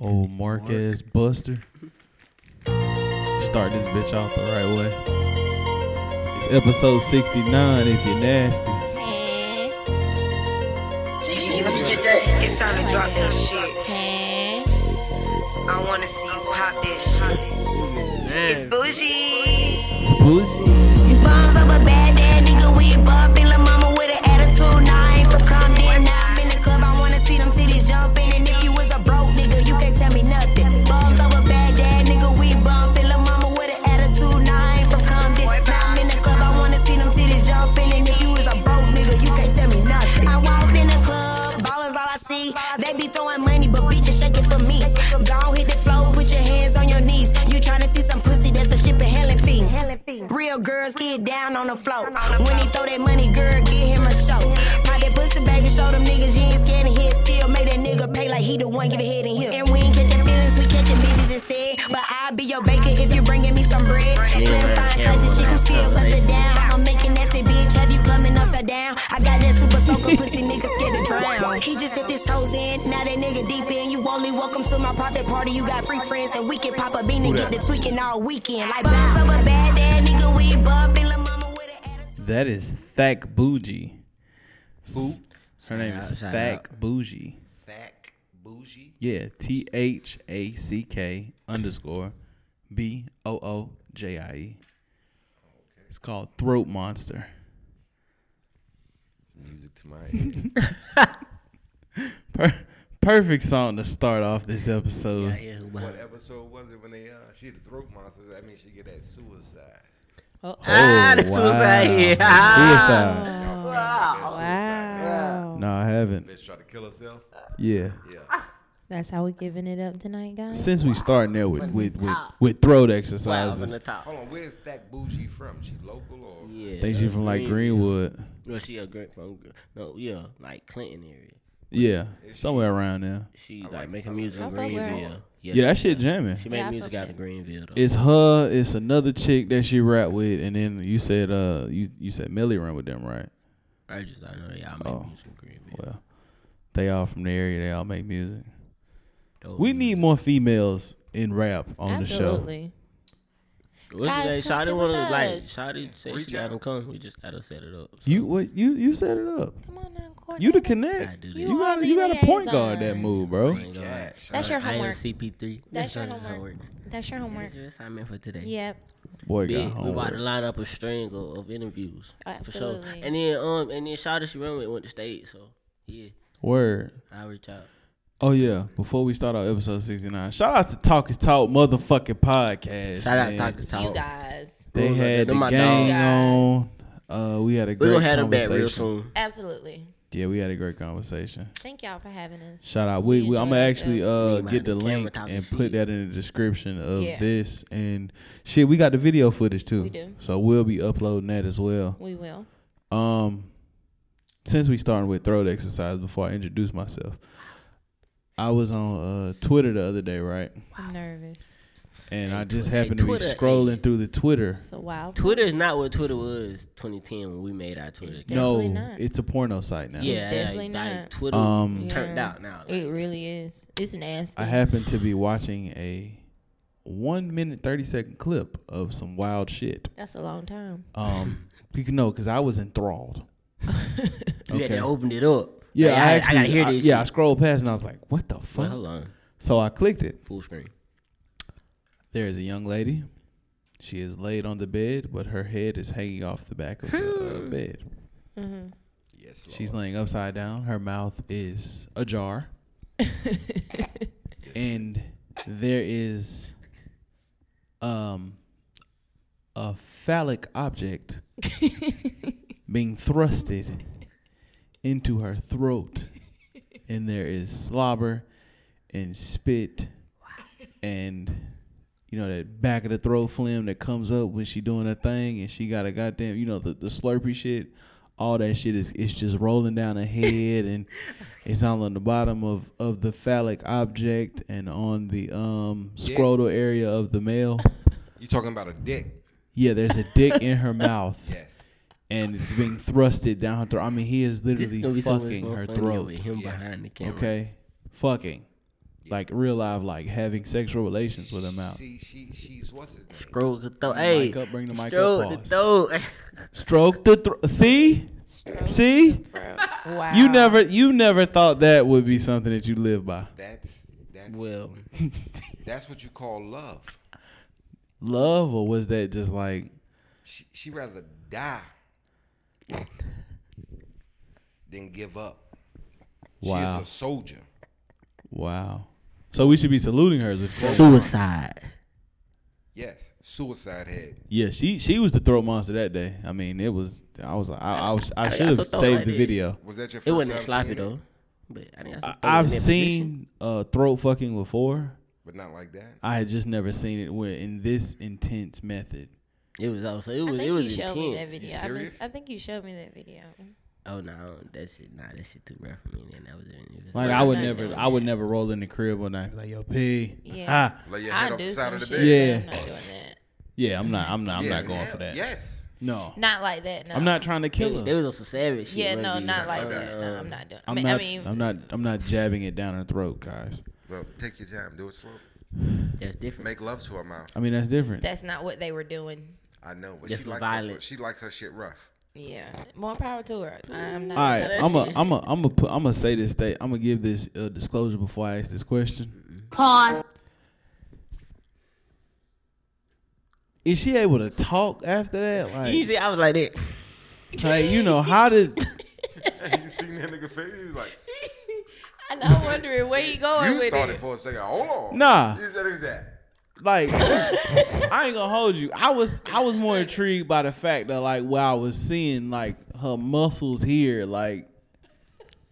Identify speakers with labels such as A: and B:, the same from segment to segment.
A: Old Marquez Buster. Start this bitch off the right way. It's episode 69 if you're nasty.
B: Let me get that.
C: It's time to drop that shit. I wanna see you pop that shit. It's bougie.
A: Pussy.
C: You bombs up a bad dad, nigga. We bumpin' La mama with an attitude. Nah, I ain't from Compton. Now I'm in the club. I wanna see them titties jumpin'. And if you was a broke nigga, you can't tell me nothing. Bombs up a bad dad, nigga. We bumpin' La mama with an attitude. Nah, I ain't from Compton. Now I'm in the club. I wanna see them titties jumpin'. And if you was a broke nigga, you can't tell me nothing. I walked in the club, ballers all I see. They be throwing money, but bitches shaking for me. Go hit the floor, put your hands on your knees. You tryna see some pussy? That's a ship in hell and fee. Real girls get down on the floor. When he throw that money, girl, get him a show. Pop that pussy, baby, show them niggas you ain't scared of hit. Still make that nigga pay like he the one give a head and hip. And we ain't catching feelings, we catching bitches instead. But I'll be your baker if you bringing me some bread. Slim fine, cause she can still bust it down. I'ma make an nasty bitch, have you coming upside down? I got that super soaker pussy, nigga scared to drown. He just dipped his toes in, now that nigga deep in. You only welcome to my private party, you got free friends, and we can pop a bean and get the tweaking all weekend. Like, bounce up a bad dad, nigga, we bumpin' La Mama with an attitude.
A: That is Thack Bougie. Who? Her name
D: out,
A: is
D: shout
A: Thack Bougie.
D: Thack Bougie.
A: Yeah, T H A C K underscore B O O J I E. It's called Throat Monster.
D: Music to my ears.
A: Per- perfect song to start off this episode.
E: Yeah, yeah, who
D: what
E: behind?
D: episode was it when they uh she the throat monster? I mean she get that suicide.
E: Oh, ah, this was out here. Ah.
A: Suicide.
D: Y'all forgot about that suicide.
F: Wow.
A: No, I haven't.
D: Bitch tried to kill herself.
A: Yeah.
D: Yeah.
F: That's how we giving it up tonight, guys.
A: Since we starting there with with, with, with throat
E: Wow, from
A: exercises,
E: the top.
D: Hold on, where's Thack Bougie from? She local or
E: Yeah.
A: think she
E: uh,
A: from like
E: Green-
A: Greenwood.
E: No, she a Green from no, yeah, like Clinton area.
A: Yeah, somewhere around there.
E: She like, making music in
F: I fuck with her.
E: Greenville.
A: Yeah, that shit jamming.
E: She made
F: Yeah, I
E: music
F: fuck
E: out of Greenville. Though.
A: It's her. It's another chick that she rap with, and then you said uh you you said Millie run with them, right?
E: I just I know y'all
A: Oh.
E: make music in Greenville.
A: Well, they all from the area. They all make music.
E: Dope
A: We
E: music.
A: need more females in rap on
F: Absolutely.
E: What's
F: Guys,
E: Guys,
F: come
E: Shawty
F: sit
E: want to
F: with
E: like
F: us.
E: Shawty said
D: Reach
E: she got
D: out.
E: him come. We just gotta set it up.
A: the show. You what you you set it up.
F: Come on now, Courtney.
A: You the
E: I
A: connect.
E: do
A: You
E: that.
A: got to you got to point guard that
F: Liaison.
A: move, bro.
E: Ain't gonna lie.
D: yeah,
F: That's your
E: I am
F: homework.
E: CP3.
F: That's your
E: That's
F: homework. That's your homework.
E: That's your assignment for today.
F: Yep.
A: Boy, got
E: Big, we about to
A: homework.
E: line up a string of, of interviews. For sure.
F: Absolutely.
E: And then um and then Shawty she run with went to state, so yeah.
A: Word.
E: I'll reach out.
A: Oh yeah! Before we start our episode sixty nine, shout out to Talk is Talk motherfucking podcast.
E: Shout out
A: man.
E: Dr. Talk.
F: You guys.
A: They
E: Those are-
A: had
E: them
A: the
E: my
A: gang on. Uh, we had a
E: We're
A: great
E: gonna have them back
A: conversation.
E: real soon.
F: Absolutely.
A: Yeah, we had a great conversation.
F: Thank y'all for having us.
A: Shout out. We,
F: We
A: we I'm gonna
F: enjoyed
A: actually uh,
E: ourselves. We
A: get the
E: behind the camera
A: link
E: talking
A: and
E: shit.
A: put that in the description of
F: Yeah.
A: this and shit. We got the video footage too.
F: We do.
A: So we'll be uploading that as well.
F: We will.
A: Um, since we starting with throat exercise, before I introduce myself, I was on uh, Twitter the other day, right?
F: I'm nervous.
A: And
E: Hey,
A: I just
E: Twi- hey,
A: happened to be
E: Twitter, hey.
A: scrolling through the Twitter.
F: It's a wild.
E: Twitter is not what Twitter was 2010 when we made our Twitter. account.
A: No,
F: Definitely not.
A: it's a porno site now.
E: yeah,
F: definitely
E: like, like,
F: not.
E: Twitter
A: Um,
E: turned
F: Yeah.
E: out now. Like,
F: It really is. It's nasty.
A: I happened to be watching a one minute thirty second clip of some wild shit.
F: That's a long time.
A: Um, you know, because I was enthralled.
E: you had
A: Okay.
E: to open it up.
A: Yeah,
E: Like,
A: I, actually,
E: gotta hear
A: I-
E: this.
A: yeah, I
E: shit.
A: scrolled past and I was like, "What the
E: Well,
A: fuck?"
E: hold on,
A: So I clicked it.
E: full screen.
A: There is a young lady. She is laid on the bed, but her head is hanging off the back of the uh, bed.
D: Yes, Lord.
A: She's laying upside down. Her mouth is ajar. and there is um a phallic object being thrusted into her throat. And there is slobber and spit and you know that back of the throat phlegm that comes up when she doing her thing and she got a goddamn you know the, the slurpy shit all that shit is it's just rolling down her head and it's all on the bottom of of the phallic object and on the um
D: Yeah.
A: scrotal area of the male
D: You talking about a dick?
A: yeah there's a dick in her mouth
D: Yes.
A: and it's being thrusted down her throat i mean he is
E: This is
A: literally
E: gonna be so much
A: fucking
E: more
A: her
E: funnier
A: throat
E: with him
D: Yeah.
E: behind the camera.
A: okay fucking like real life, like having sexual relations with him out.
D: She, she, she's what's his name?
E: Stroke the throat. Hey,
A: Mic up, bring the mic up,
E: stroke the
A: pause.
E: throat.
A: Stroke the thro- see, see,
F: Wow.
A: you never, you never thought that would be something that you live by.
D: That's that's
E: Well,
D: that's what you call love.
A: Love, or was that just like
D: She she rather die than give up. She
A: Wow.
D: is a soldier.
A: wow? So we should be saluting her as a throat.
E: suicide.
D: Yes, suicide head.
A: Yeah, she she was the throat monster that day. I mean, it was. I was. I, I was. I
E: I got
A: should have
E: some throat
A: saved
E: right
A: the
E: there.
A: video.
D: Was that your first
E: It wasn't
D: time
E: sloppy
D: seeing it?
E: though. But I think I saw
A: I've
E: throat in that position.
A: seen uh, throat fucking before.
D: But not like that.
A: I had just never seen it where in this intense method.
E: It was also. It
F: I
E: was.
F: think
E: It
F: you
E: was
F: showed me that
E: intense.
F: video. I, been-
D: serious?
F: I think you showed me that video.
E: Oh no, that shit. Nah, that shit too rough for me. Then that was. It was
A: Like
F: Well,
A: I would
F: I
A: never,
F: know
A: I would never roll in the crib one night. Like yo, P,
F: Yeah.
A: Ah.
D: Lay your head
F: I
D: off the
F: do
D: side
F: some
D: of the
A: Yeah.
D: bed.
F: shit. Yeah. I'm not doing that.
A: yeah, I'm not, I'm not, I'm
D: Yeah,
A: not going
D: hell,
A: for that.
D: Yes.
A: No,
F: Not like that. No.
A: I'm not trying to kill
E: They
A: her.
E: was on some savage shit.
F: Yeah,
E: wasn't
F: no,
E: it?
F: not like
E: Uh,
F: that. No, I'm not doing. I
A: I'm
F: mean,
A: not,
F: I mean,
A: I'm not, I'm not jabbing it down her throat, guys.
D: Well, take your time. Do it slow.
E: That's different.
D: Make love to her mouth.
A: I mean, that's different.
F: that's not what they were doing.
D: I know, but
E: That's
D: she likes her,
E: violent.
D: she likes her shit rough.
F: Yeah, more power to her. I'm not.
A: All right,
E: that
A: I'm a,
E: shit.
A: I'm a, I'm a, put, I'm a say this state. I'm gonna give this uh, disclosure before I ask this question.
C: Pause.
A: Is she able to talk after that? Like,
E: Easy. I was like that.
A: like you know, how does?
D: you seen that nigga face? He's like,
F: And I'm wondering where you going
D: you
F: with
D: started
F: it.
D: for a second. Hold on.
A: Nah.
D: Is that exact?
A: like I ain't gonna hold you. I was I was more intrigued by the fact that like where I was seeing like her muscles here like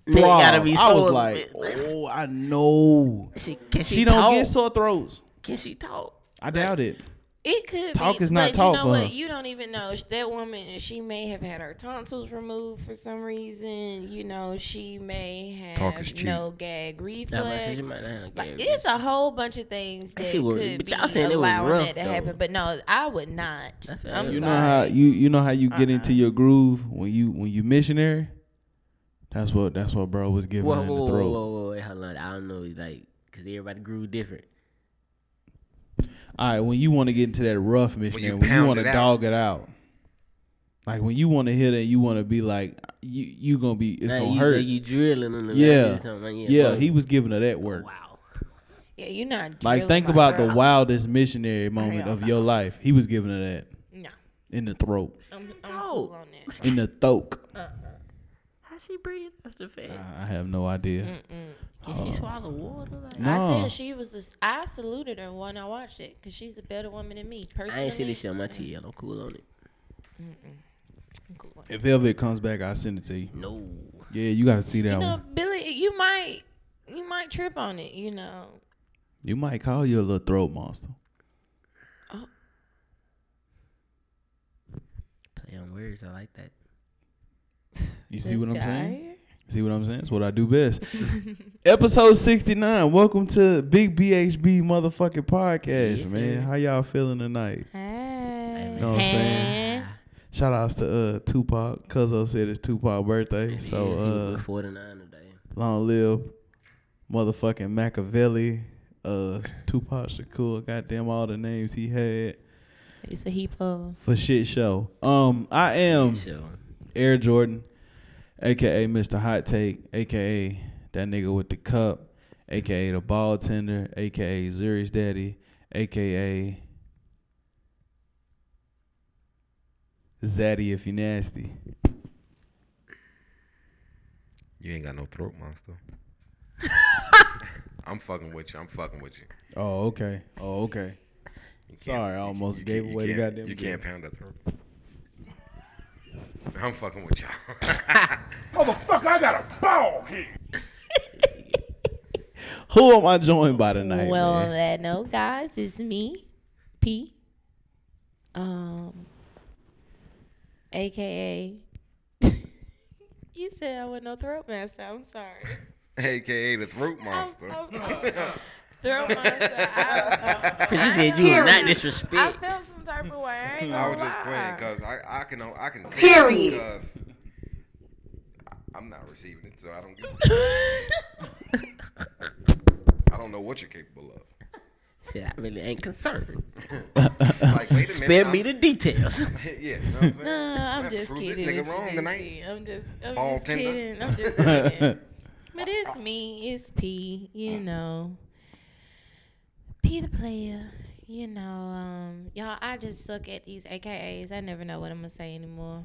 E: Nigga gotta
A: throb.
E: be
A: I was
E: so-
A: like, oh, I know
E: She, can she,
A: she don't
E: talk?
A: get sore throats.
E: Can she talk?
A: I doubt it.
F: It could
A: Talk
F: be,
A: is not
F: but
A: talk
F: You know
A: for
F: what?
A: her.
F: You don't even know Sh- that woman. She may have had her tonsils removed for some reason. You know, she may have
D: Talk is cheap.
F: no gag
E: Nah, but
F: reflex.
E: she might not have
F: Like,
E: gave it.
F: it's a whole bunch of things that
E: She would-
F: could
E: but
F: be
E: y'all saying it was
F: allowing
E: rough,
F: that to
E: though.
F: happen. But no, I would not.
E: I feel
F: I'm
E: you.
A: You
F: sorry.
A: know how you you know how you get
E: Uh-uh.
A: into your groove when you when you missionary. That's what that's what bro was giving
E: Whoa,
A: her in
E: whoa,
A: the
E: whoa,
A: throat.
E: whoa, whoa, wait, hold on. I don't know, like, cause everybody grew different.
A: All right, when you want to get into that rough missionary,
D: you
A: when you,
D: pound
A: want
D: it
A: to
D: out.
A: dog it out, like when you want to hit it, you want to be like, you you gonna be, it's
E: Nah,
A: gonna
E: you,
A: hurt.
E: You drilling on the
A: yeah,
E: like, yeah,
A: yeah,
E: boom.
A: he was giving her that work.
E: Wow.
F: Yeah, you're not.
A: Like,
F: drilling
A: think
F: my
A: about the
F: girl.
A: wildest missionary moment
F: Hell
A: of your life. He was giving her that
F: No,
A: in the throat,
F: I'm, I'm cool on that.
A: in the throat.
E: How she breathe after the fact?
A: I have no idea.
E: Can
A: Oh.
E: she swallow water? Like,
A: No.
F: I said she was. This, I saluted her when I watched it because she's a better woman than me. Personally,
E: I ain't seen this shit on my TL. I'm cool on it.
F: I'm cool on it.
A: If ever it comes back, I'll send it to you.
E: No.
A: Yeah, you gotta see that
F: You know,
A: one.
F: Billy, you might, you might trip on it. You know,
A: You might call you a little throat monster.
E: Play on words. I like that.
A: You see what I'm
F: This
A: saying?
F: guy.
A: See what I'm saying? That's what I do best. Episode 69. Welcome to Big BHB motherfucking podcast,
E: Yes,
A: man.
E: sir.
A: How y'all feeling tonight?
F: Hey.
A: You know what I'm saying?
F: Hey.
A: Shout outs to uh Tupac. Cuzzo said it's Tupac's birthday. So uh
E: 49 today.
A: long live motherfucking Machiavelli, uh Tupac Shakur, goddamn all the names he had
F: It's a heap of.
A: for shit show. Um I am
E: So,
A: Air Jordan, aka Mr. Hot Take, aka that nigga with the cup, aka the ball tender, aka Zuri's daddy, aka Zaddy if you nasty.
D: You ain't got no throat monster. I'm fucking with you. I'm fucking with you.
A: Oh, okay. Oh, okay.
D: You can't-
A: Sorry, I almost
D: you
A: gave
D: can't- you
A: away the
D: can't-
A: goddamn
D: You
A: game.
D: can't pound a throat. I'm fucking with y'all.
A: Who am I joined by tonight?
F: well, on
A: man?
F: that note, guys, it's me, P. Um, aka. you said I was no throat master. I'm sorry.
D: AKA the throat monster.
F: I'm- I'm- Throat master. I,
E: Cause you said you were not disrespect.
F: I felt some type of way. I, ain't
D: I was
F: gonna
D: just playing
F: lie.
D: because I, I can I can say
C: Period.
D: Because I- I'm not receiving it, so I don't give. a- I don't know what you're capable of.
E: Shit, I really ain't concerned.
D: She's like, wait a minute.
E: Spare
D: I'm-
E: me the details.
D: yeah, you know what I'm saying?
F: No,
D: I
F: I'm just
D: proved
F: kidding.
D: This nigga
F: with you,
D: wrong tonight.
F: Daisy. I'm just, I'm
D: All
F: just
D: tender.
F: kidding. I'm just kidding. But it's me. It's P. You know, P the player. You know, um, y'all. I just suck at these AKAs. I never know what I'm gonna say anymore.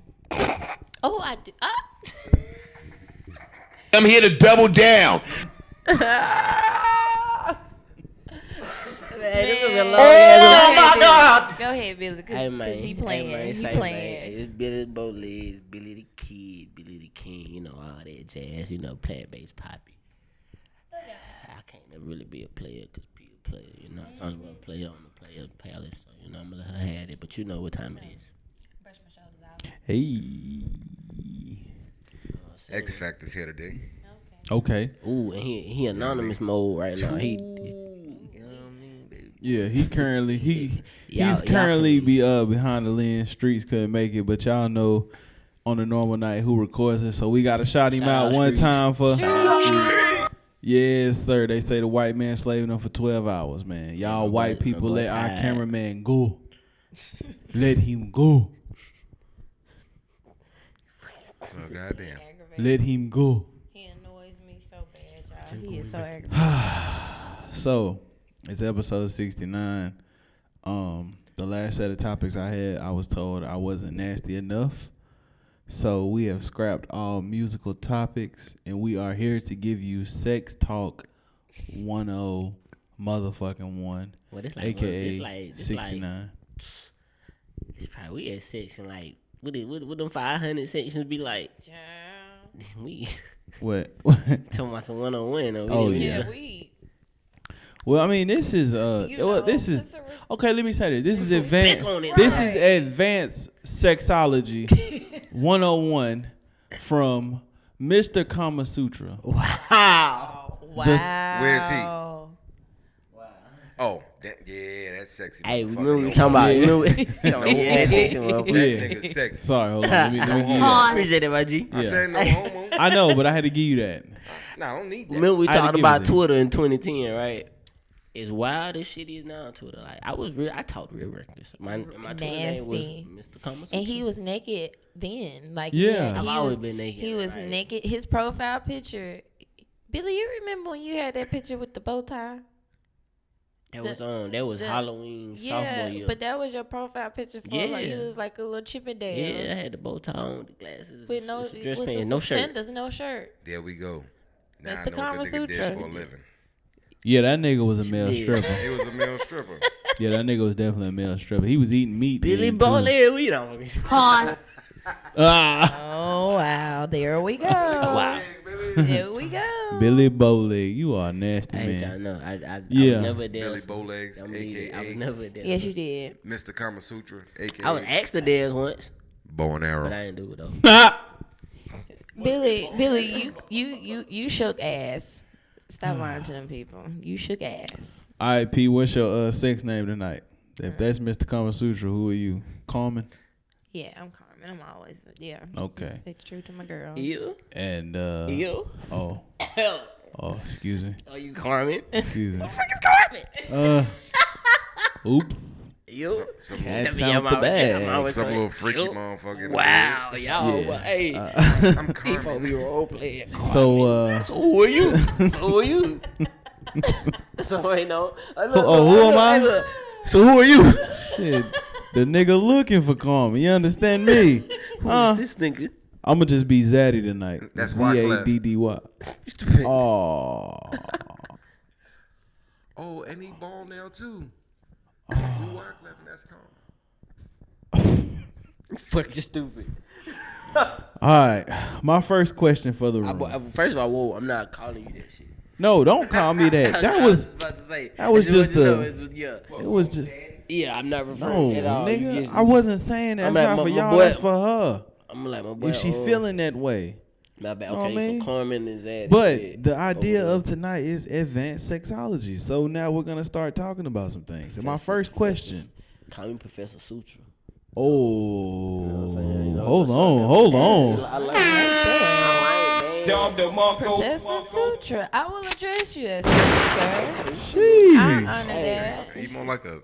F: Oh, I do. Ah.
B: I'm here to double down.
E: oh my god!
F: Go ahead, Billy,
E: Hey
F: because
E: man,
F: he playing.
E: hey, man,
F: he
E: say,
F: playing.
E: Man, it's Billy Bolis, Billy the Kid, Billy the King, you know all that jazz, you know plant based poppy. I can't ever really be a player because be a player, you know. So I'm gonna play on the player's palace, so you know I'm gonna let her have it. But you know what time it is.
A: Hey.
D: X Factor's here today.
A: Okay.
E: Ooh, and he he anonymous mode right now. He
A: Yeah, he currently he
E: Y'all-
A: he's
E: y'all
A: currently
E: can-
A: be uh behind the lens streets couldn't make it, but y'all know on a normal night who records it, so we gotta shout him
E: Shout
A: out
E: out
A: one
E: Streets.
A: time for
F: Streets.
A: Yes, sir. They say the white man slaving them for twelve hours, man. Y'all
E: my boy-
A: white
E: my
A: people
E: boy
A: let our
E: tired.
A: cameraman go. let him go.
D: Oh goddamn.
A: Let him go.
F: He annoys me so bad, y'all. He is so aggravating.
A: So it's episode sixty nine. Um, the last set of topics I had, I was told I wasn't nasty enough. So we have scrapped all musical topics, and we are here to give you sex talk one oh motherfucking one,
E: well, it's like
A: aka
E: it's like it's
A: sixty
E: like
A: nine.
E: it's probably we at section like what it what, what them five hundred sections be like?
F: Child.
E: We
A: What?
E: talking about some one on one.
A: Oh,
F: Yeah,
A: Yeah.
F: we.
A: well, I mean, this is uh,
F: You
A: well,
F: know,
A: this is
F: it's a res-
A: okay. Let me say this. This is
E: Pick
A: advanced.
E: on it.
A: This is advanced sexology 101 from Mr. Kama Sutra.
E: Wow.
A: Wow.
D: Where's he? Oh, that, yeah, that's sexy.
E: Hey, we
D: motherfucker.
E: remember we
D: No
E: talking about
A: Yeah.
E: remember, we-
D: No
E: yeah, that's section
D: homo.
E: one.
D: That
A: Yeah.
D: nigga's sexy.
A: Sorry, hold on. Let me, let me give you that.
E: Pause. Appreciate it, my G.
D: I
A: Yeah.
D: said no homo.
A: I know, but I had to give you that.
D: Nah, I don't need that.
E: Remember we
A: I had to
E: talked
A: give
E: about
A: it to you.
E: Twitter in 2010, right? As wild as shit is now on Twitter. Like I was real, I talked real reckless. My my Twitter name was
F: Nasty.
E: Mr. Thomas.
F: And he was naked then. Like
A: Yeah.
F: yeah,
A: I've
F: he
E: always
F: was,
E: been naked,
F: He was
E: right?
F: naked. His profile picture. Billy, you remember when you had that picture with the bow tie?
E: that was on. That was
F: the-
E: Halloween
F: Yeah,
E: sophomore year.
F: but that was your profile picture for like you
E: Yeah.
F: was like a little chippendale.
E: yeah, I had the bow tie on, the glasses,
F: With no
E: s- dress
F: with
E: pants,
F: some
E: no shirt.
F: suspenders, no shirt.
D: There we go. Now
F: That's
D: I
F: the
D: know what the
F: Kama
D: nigga did
F: Sutra.
D: for a living.
A: Yeah, that nigga was a male
E: did.
A: stripper.
D: It was a male stripper.
A: Yeah, that nigga was definitely a male stripper. He was eating meat.
E: Billy
A: then, too.
E: Bowley, we don't.
A: Ah,
F: Oh wow, there we go.
E: wow.
F: There we go.
A: Billy Bowley, you are a nasty
E: Hey, y'all
A: man.
E: know. I, I, I
A: Yeah.
E: was never there.
D: Billy Bowlegs,
E: I mean, I
D: aka.
E: was never there.
F: Yes, you did.
D: Mr. Kama Sutra, aka
E: I was asked to dance once,
D: Bow and
E: but
D: Arrow.
E: I didn't do it though.
A: Ah.
F: Billy, Billy, you you you you shook ass. Stop lying to them people. You shook ass.
A: All right, P, what's your uh, sex name tonight? If that's Mr. Kama Sutra, who are you? Carmen?
F: Yeah, I'm Carmen. I'm always yeah. I'm
A: Okay.
F: Just stay true to my girl.
E: You?
A: And, uh.
E: You?
A: Oh,
E: Hell.
A: oh, excuse me.
E: Are you Carmen?
A: Excuse me.
E: Carmen.
A: Uh, oops.
E: You?
D: Some,
A: Cat-
D: little,
A: That's out the bag.
D: some little freaky motherfucker.
E: Wow, y'all.
A: Yeah. Uh-uh.
E: Well, hey,
D: I'm
E: before we
D: Carmen.
E: were all playing.
A: So, uh.
E: So who are you? so who are you? so wait, no. Uh, look,
A: oh,
E: look,
A: who
E: look,
A: am I?
E: hey, look. So who are you?
A: Shit. The nigga looking for Carmen. You understand me?
E: Who is this nigga?
A: I'ma just be Zaddy tonight.
D: That's
A: Z
D: Wyclef.
A: A D D Y.
E: Oh.
A: Oh.
D: Oh, and he ball now too. You
E: Oh.
D: walk left and that's Carmen.
E: Fuck, you stupid.
A: All right. My first question for the
E: I,
A: room.
E: bu- I- first of all, whoa, I'm not calling you that shit.
A: no, don't call me that. That
E: I
A: was.
E: about to say,
A: that was
E: I want
A: just
E: you to know,
A: a-
E: it's just- yeah.
A: It was just.
E: Yeah, I'm not referring
A: No,
E: at all. You
A: nigga.
E: just-
A: I wasn't saying that.
E: I'm
A: That's
E: like,
A: not for
E: my- my
A: y'all.
E: boy-
A: That's for her.
E: I'm like my boy.
A: If she
E: oh,
A: feeling that way.
E: my bad.
A: know what I
E: Okay,
A: mean?
E: so Carmen is that.
A: But the idea of tonight is advanced sexology. So now we're gonna start talking about some things. And my first question.
E: Call me Professor Sutra.
A: Oh,
E: You know what I'm saying? You know,
A: hold
E: so-
A: on, hold on.
E: I like, I like, man.
G: Dom DeMarco.
F: Professor Sutra, I will address you as such, sir. I honor
A: Sheesh.
F: that.
D: He more like a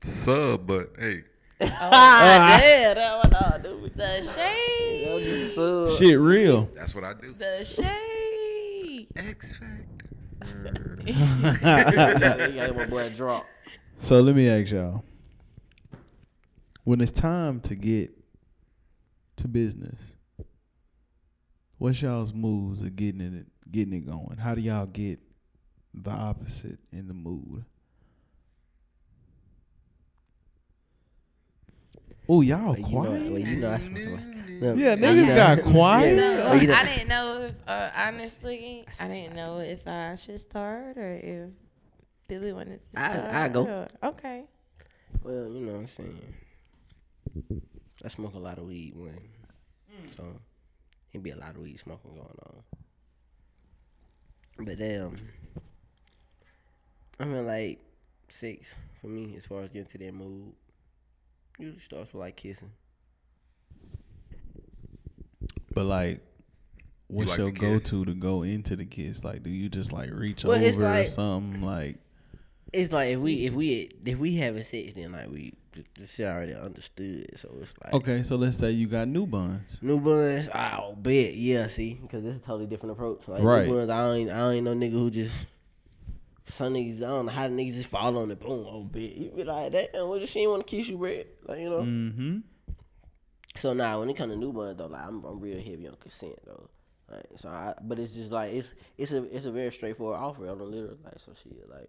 D: sub, but hey,
E: Ah, yeah, that's what I do.
F: The shade.
E: So,
A: Shit real.
D: that's what I do.
F: The shade.
D: X Factor.
E: you got my boy drop.
A: So let me ask y'all. When it's time to get to business, what's y'all's moves of getting it getting it going? How do y'all get the opposite in the mood? Oh, y'all
E: You know,
A: quiet?
E: well, you know I smoke a lot. Look,
A: Yeah,
E: you
A: niggas
E: know-
A: got quiet.
F: So
E: Well, you know-
F: I didn't know if, uh, honestly, I didn't know if I should start or if Billy wanted to
E: I-
F: start.
E: I go.
F: or- okay.
E: Well, you know what I'm saying. I smoke a lot of weed when. So, it be a lot of weed smoking going on. But damn. I mean, like, six for me as far as getting to that mood. Usually starts with like kissing.
A: But like, what's
D: like
A: your
D: to
A: go
D: kiss?
A: to to go into the kiss? Like, do you just like reach
E: Well, it's
A: over or
E: like-
A: something? Like,
E: It's like if we if we if we having sex, then like we the, the shit already understood. So it's like
A: okay, so let's say you got new buns.
E: New buns, I'll bet. Yeah, see, because it's a totally different approach. Like
A: Right.
E: new buns, I ain't, I ain't no nigga who just some niggas. I don't know how the niggas just fall on the boom. Oh, bet you be like, damn, what if she ain't want to kiss you, bread? Like you know.
A: Mm-hmm.
E: So now when it come to new buns though, like I'm, I'm real heavy on consent though. Like, so I, but it's just like it's it's a it's a very straightforward offer on the literal like so shit like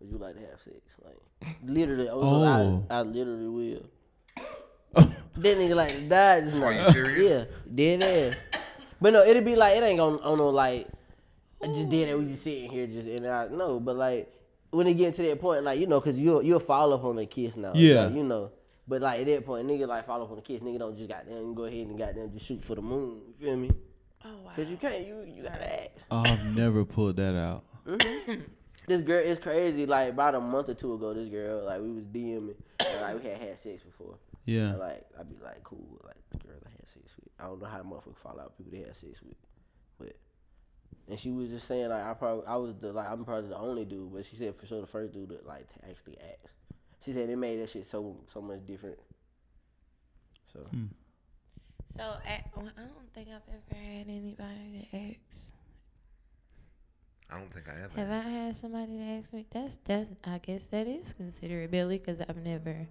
E: would you like to have sex like literally oh, so
A: Oh.
E: I, I literally will. That nigga like died just now.
D: you serious?
E: Yeah, dead ass. But no, it'd be like it ain't gonna on no like I just dead ass. We just sitting here just and I no, but like when it get to that point, like you know, cause you'll you'll fall up on the kiss now.
A: Yeah.
E: like, you know. But like at that point, nigga like fall up on the kiss. Nigga don't just goddamn go ahead and goddamn just shoot for the moon. You feel me?
F: Oh, wow.
E: Cause you can't. You you gotta ask.
A: Oh, I've never pulled that out.
E: This girl is crazy. Like about a month or two ago, this girl like we was DMing. and, like we had had sex before.
A: Yeah.
E: And, like I'd be like, cool, like the girls I had sex with. I don't know how the motherfucker fall out with people they had sex with, but and she was just saying like I probably I was the like I'm probably the only dude, but she said for sure the first dude that like to actually asked. She said it made that shit so so much different. So
F: So I, well, I don't think I've ever had anybody to ask.
D: I don't think I ever.
F: Have I had somebody to ask me? That's that's. I guess that is considerability because I've never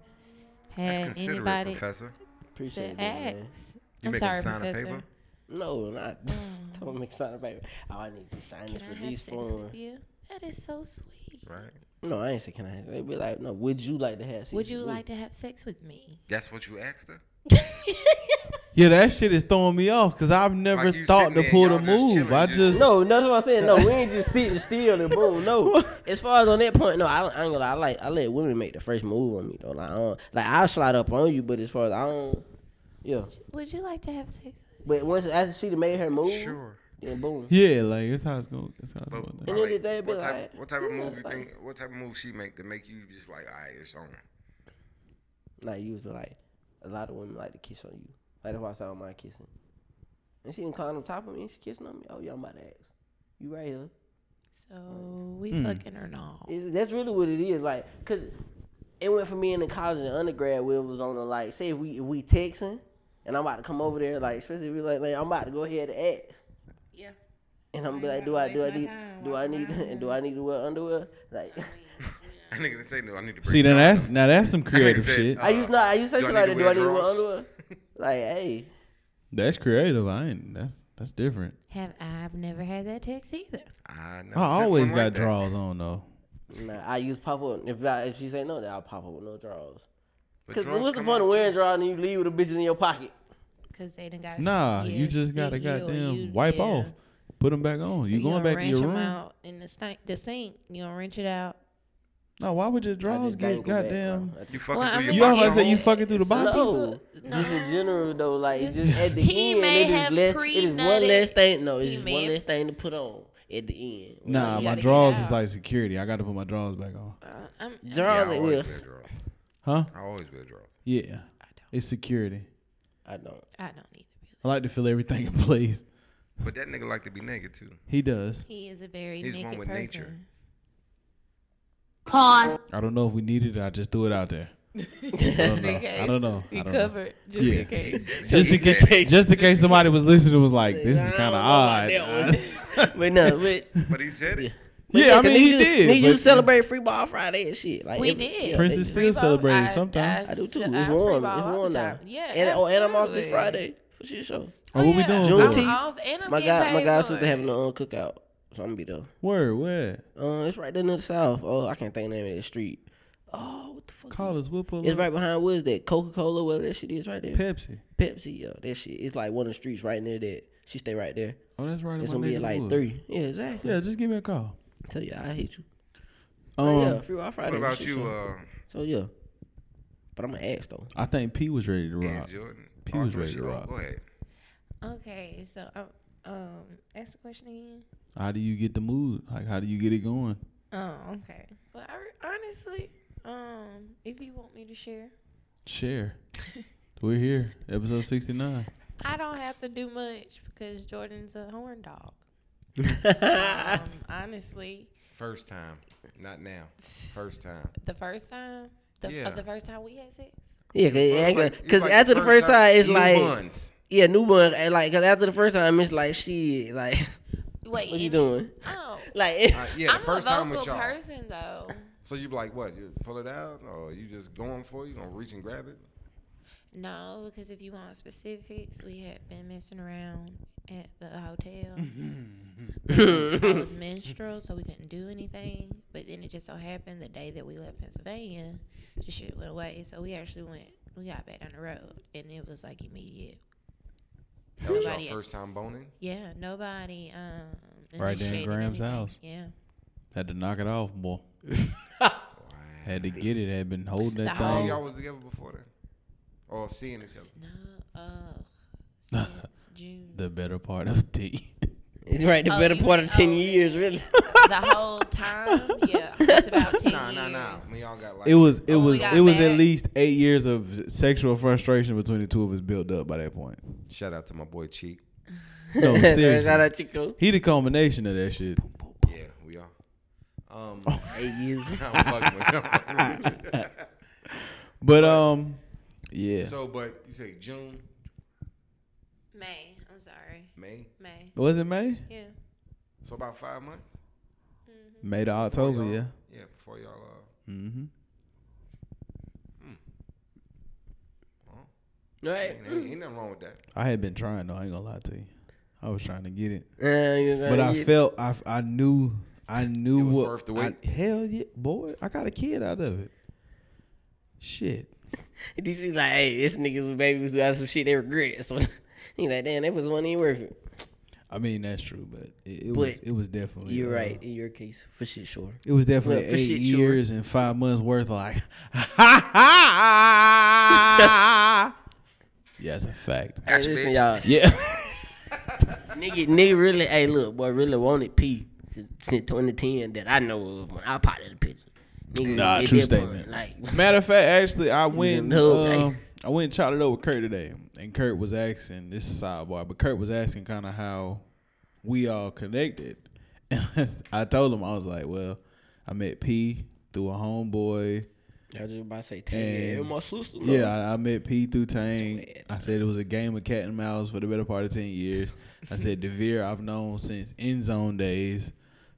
D: That's
F: had
D: considerate,
F: anybody
D: Professor.
E: appreciate
F: to
E: that, man.
F: ask.
D: You
F: I'm
D: make
F: sorry,
D: them sign
F: professor.
D: a paper.
E: No, not. Tell me to sign a paper. Oh, I need you to sign
F: Mm. Can
E: this
F: I have
E: release
F: sex with
E: form.
F: you? That is so sweet.
D: Right.
E: No, I ain't say can I. have- They be like, no. Would you like to have? sex
F: Would you
E: with me?
F: like to have sex with me?
D: That's what you asked her.
A: Yeah, that shit is throwing me off because I've never
D: Like you
A: thought
D: sitting
A: to
D: there,
A: pull the
D: y'all just
A: move.
D: chilling,
A: I
D: just-
A: just
E: No, no, that's what I'm saying. No, we ain't just sitting still and boom. No, as far as on that point, no, I, don't- I ain't gonna. Lie. I like I let women make the first move on me though. Like, I don't, like I'll slide up on you, but as far as I don't, yeah.
F: Would you like to have sex? with
E: But once after she done made her move,
D: Sure.
E: then boom.
A: yeah, like that's how it's going. That's how it's
D: But
A: going.
D: but,
A: down.
E: end of the day,
D: like,
E: be
D: what, type,
E: like,
D: what type of
E: yeah,
D: move you
E: like-
D: think? What type of move she make to make you just like, all right, it's on.
E: Like usually, like a lot of women like to kiss on you. Like that's why I saw my kissing. And she done climbed on top of me and she kissing on me. Oh yeah, I'm about to ask. You right here.
F: So we fucking or not?
E: It's, that's really what it is. Like, cause it went for me in the college and undergrad where it was on the like, say if we if we texting and I'm about to come over there, like especially if we like, like I'm about to go ahead and ask.
F: Yeah.
E: And I'm be like, do I do I need do I need do I need to wear underwear? Like
D: That nigga didn't say no. I need to break
A: See, then
D: down.
A: that's now that's some creative
D: said,
A: shit.
D: uh,
E: I used not I used to say
D: do I
E: shit
D: need
E: like that. Do I
D: to wear
E: need to wear
D: drawers?
E: underwear? Like, hey,
A: That's creative. I ain't. That's that's different.
F: Have I've never had that text either.
D: I, never
A: I
D: sent
A: always
D: one like
A: got
D: that.
A: draws on though.
E: nah, I use pop up. If I, if she say no, then I'll pop up with no drawers.
D: But
E: Cause
D: drawers
E: what's the
D: come
E: point
D: off
E: of
D: too.
E: wearing drawers and you leave with the bitches in your pocket?
F: Cause they done got. s-
A: Nah, you
F: yeah,
A: just gotta
F: sticky or
A: goddamn
F: you-
A: wipe
F: yeah.
A: off, put them back on. You going
F: gonna
A: back to your
F: wrench 'em
A: room?
F: out in the sink. The sink. You gonna wrench it out.
A: No, why would your
E: I
A: drawers
E: just
A: get
E: dangle back, bro.
A: goddamn?
E: I just-
D: You fucking
F: Well, I
D: through
F: mean,
A: You
D: your
A: always
D: box
A: say you
D: hole?
A: fucking through the
F: Some
A: box.
E: No,
F: people-
E: just in
F: no.
E: general though, like
F: Just-
E: just, at the
F: He
E: end,
F: may
E: it is
F: have
E: less. It is one
F: pre-nutted.
E: less thing. No, it's
F: He
E: just
F: may
E: one
F: have-
E: less thing to put on at the end.
A: Nah,
F: you
A: my
F: gotta get
A: drawers
F: out.
A: is like security. I got to put my drawers back on.
F: Uh, I'm,
D: Yeah, I
E: Drawers, it
D: always
E: will.
D: wear drawers.
A: Huh?
D: I always wear drawers.
A: Yeah.
F: I don't.
A: It's security.
E: I don't.
F: I don't either.
A: I like to feel everything in place.
D: But that nigga like to be naked too.
A: He does.
F: He is a very
D: He's
F: naked
D: one with
F: person.
D: nature.
C: Pause.
A: I don't know if we need it. I just threw it out there.
F: Just
A: know. I
F: in case.
A: don't know.
F: He
A: I don't know.
F: covered just
A: Yeah.
F: in case.
A: Just in
D: said-
A: case, just in case somebody was listening, was like, "This is
E: I
A: kind of
E: don't know
A: odd."
E: about that one. but no, but,
D: But he said it.
E: but
A: yeah, I mean, he did.
E: He
A: but-
E: just celebrate Free Ball Friday and shit. Like
F: We
E: every-
F: did.
E: yeah,
A: Prince
E: they
A: is
E: do.
A: still celebrating sometimes.
E: I do too. It's warm. It's warm now.
F: Yeah.
E: and oh, and I'm off this
F: absolutely.
E: Friday for shit show.
A: Oh, what we doing?
F: I'm
E: Juneteenth.
F: off and I'm
E: My
F: getting
E: guy, my
F: paid
E: guy's
F: for
E: supposed to
F: it.
E: have an uh, cookout, so I'm gonna be there.
A: Word, word.
E: Uh, it's right there in the south. Oh, I can't think of the name of that street. Oh, what the fuck? is-
A: Call us. We'll pull
E: It's
A: up
E: right behind what is that? Coca Cola, whatever that shit is right there.
A: Pepsi.
E: Pepsi, yo, that shit. It's like one of the streets right near that. She stay right there.
A: Oh, that's right. in
E: It's
A: my
E: gonna be at like
A: neighborhood.
E: three. Yeah, exactly.
A: Yeah, just give me a call.
E: Tell you, I hate you.
A: Um,
E: yeah, free wild Friday.
D: What
E: and
D: about
E: shit,
D: you,
E: so-
D: uh,
E: So yeah, but I'm gonna ask though.
A: I think P was ready to
D: and
A: rock.
D: Jordan?
A: P
D: All
A: was
D: three
A: ready
D: of
A: to
D: you.
A: rock.
D: Go ahead.
F: Okay, so um, um, ask the question again.
A: How do you get the mood? Like, how do you get it going?
F: Oh, okay. Well, I re- honestly, um, if you want me to share,
A: Share. We're here, episode sixty nine.
F: I don't have to do much because Jordan's a horn dog. um, honestly,
D: First time, not now. First time.
F: the first time, the,
D: Yeah.
F: of the first time we had sex.
E: Yeah, cause, it ain't
D: Like,
E: gonna-
D: it's
E: 'cause
D: like
E: after the first time, it's
D: new
E: like
D: buns.
E: yeah, new one. and, Like, cause after the first time, it's like shit. Like,
F: Wait,
E: what you
F: it-
E: doing?
F: Oh,
E: Like,
D: Uh, yeah, the
F: I'm
D: first
F: a vocal
D: time with y'all.
F: person though.
D: So you be like, what? You pull it out, or you just going for it? You gonna reach and grab it?
F: No, because if you want specifics, we had been messing around at the hotel. I was menstrual, so we couldn't do anything. But then it just so happened the day that we left Pennsylvania, the shit went away. So we actually went, we got back on the road, and it was like immediate.
D: That was your
F: Nobody-
D: first time boning.
F: Yeah, nobody. Um, and
A: Right
F: they
A: there in
F: shaded
A: Graham's
F: anything.
A: house.
F: Yeah.
A: Had to knock it off, boy. Had to get it. Had been holding that
F: The
D: How long
A: thing.
D: y'all was together before then? Or seeing each other?
F: No, uh, since June.
A: The better part of T.
E: it's right the
F: Oh,
E: better
F: you
E: part
F: mean-
E: of ten
F: oh.
E: years, really.
F: the whole time. Yeah, it's about ten
D: Nah,
F: years.
D: nah, nah. When y'all got like
A: It was. It
F: Oh, we
A: was.
F: got
A: It was at
F: back.
A: least eight years of sexual frustration between the two of us built up by that point.
D: Shout out to my boy Cheek.
A: No,
E: Shout
A: seriously.
E: out Chico.
A: He the culmination of that shit.
D: Yeah, we are. Um,
E: Eight years.
D: I'm fucking with- I'm fucking with you.
A: But um, yeah.
D: So, but you say June,
F: May. I'm sorry.
D: May,
F: May.
A: Was it May?
F: Yeah.
D: so about five months.
A: May to October.
D: y'all-
A: Oh, Yeah.
D: Yeah, before y'all. Uh,
A: Mm-hmm.
E: Right.
D: ain't, ain't, ain't nothing wrong with that.
A: I had been trying though. I ain't gonna lie to you. I was trying to get it,
E: Uh, you know,
A: but I
E: you-
A: felt I I knew I knew
D: It was
A: what.
D: worth the wait.
A: I, hell yeah, boy! I got a kid out of it. Shit.
E: DC like, hey, this niggas with babies who got some shit they regret. So he like, damn, that was one ain't worth it.
A: I mean that's true, but it, it
E: But
A: was it was definitely.
E: You're
A: uh,
E: right in your case for shit, sure.
A: It was definitely
E: Look, for
A: eight
E: shit, sure.
A: years and five months worth. Of like, yeah, that's a fact.
E: Hey, listen, y'all,
A: Yeah.
E: nigga, nigga really, hey, look, boy, really wanted P since since 2010 that I know of when I popped in the picture. Nigga,
A: Nah,
E: at
A: true
E: that point,
A: statement.
E: Like,
A: Matter of fact, actually, I went.
E: know,
A: uh,
E: right?
A: I went and chopped it up with Kurt today, and Kurt was asking. This is sidebar, but Kurt was asking kind of how we all connected, and I s- I told him I was like, "Well, I met P through a homeboy.
E: y'all just about to say, Tay,
A: And-
E: yeah, my sister. love."
A: Yeah, I, I met P through Tang.
E: weird.
A: I said it was a game of cat and mouse for the better part of ten years. I said Devere, I've known since end zone days.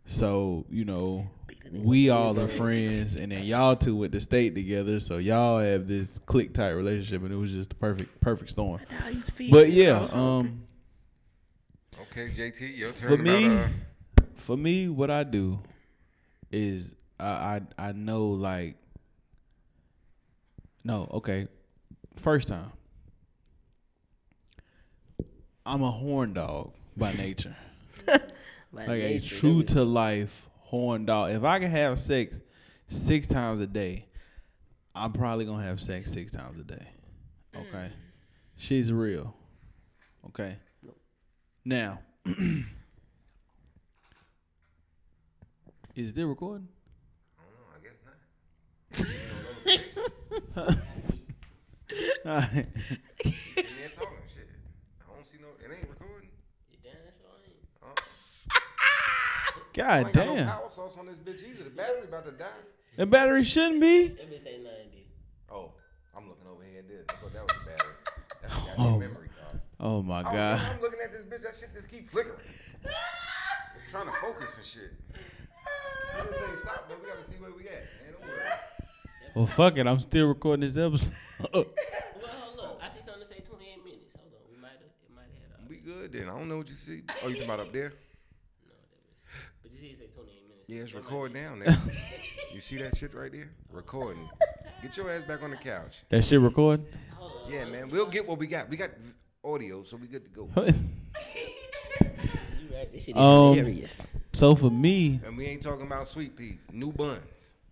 A: So you know, we all are friends, and then y'all two went to state together. So y'all have this click tight relationship, and it was just the perfect perfect storm.
E: I used to feed
A: But
E: you.
A: yeah, um,
D: Okay, JT, your turn.
A: for
D: about,
A: me,
D: uh,
A: for me, what I do is I I, I know like no okay first time I'm a horn dog by nature
E: Like,
A: like a
E: nature, that
A: true
E: was-
A: to life horn dog if I can have sex six times a day I'm probably gonna have sex six times a day okay
E: Mm.
A: she's real okay now is there recording
D: I guess not.
A: All right.
D: Yeah, talking shit. I don't see no. It ain't recording. I
A: God
D: ain't got no
A: Uh, damn.
D: power source on this bitch either. The battery about to die.
A: The battery shouldn't be.
E: Let me say 90.
D: Oh, I'm looking over here at this. I thought that was the battery. That's a goddamn
A: Oh.
D: memory card.
A: Oh my
D: Oh,
A: god.
D: man, I'm looking at this bitch. That shit just keep flickering. I'm trying to focus and shit. It just ain't stop, though. We gotta see where we at. Man, don't worry.
A: Well, fuck it. I'm still recording this episode.
E: Well, hold up. I see something that say 28 minutes. Hold on. We might have, it might have had
D: We good then. I don't know what you see. Oh, you talking about up there?
E: No, that was. But you see it say 28 minutes.
D: Yeah, it's recording now. Now you see that shit right there? Recording. Get your ass back on the couch.
A: that shit record.
D: Yeah, man. We'll get what we got. We got v- audio, so we good to go.
E: You right. This shit is
A: Um,
E: hilarious.
A: so for me,
D: And we ain't talking about sweet peas, new buns.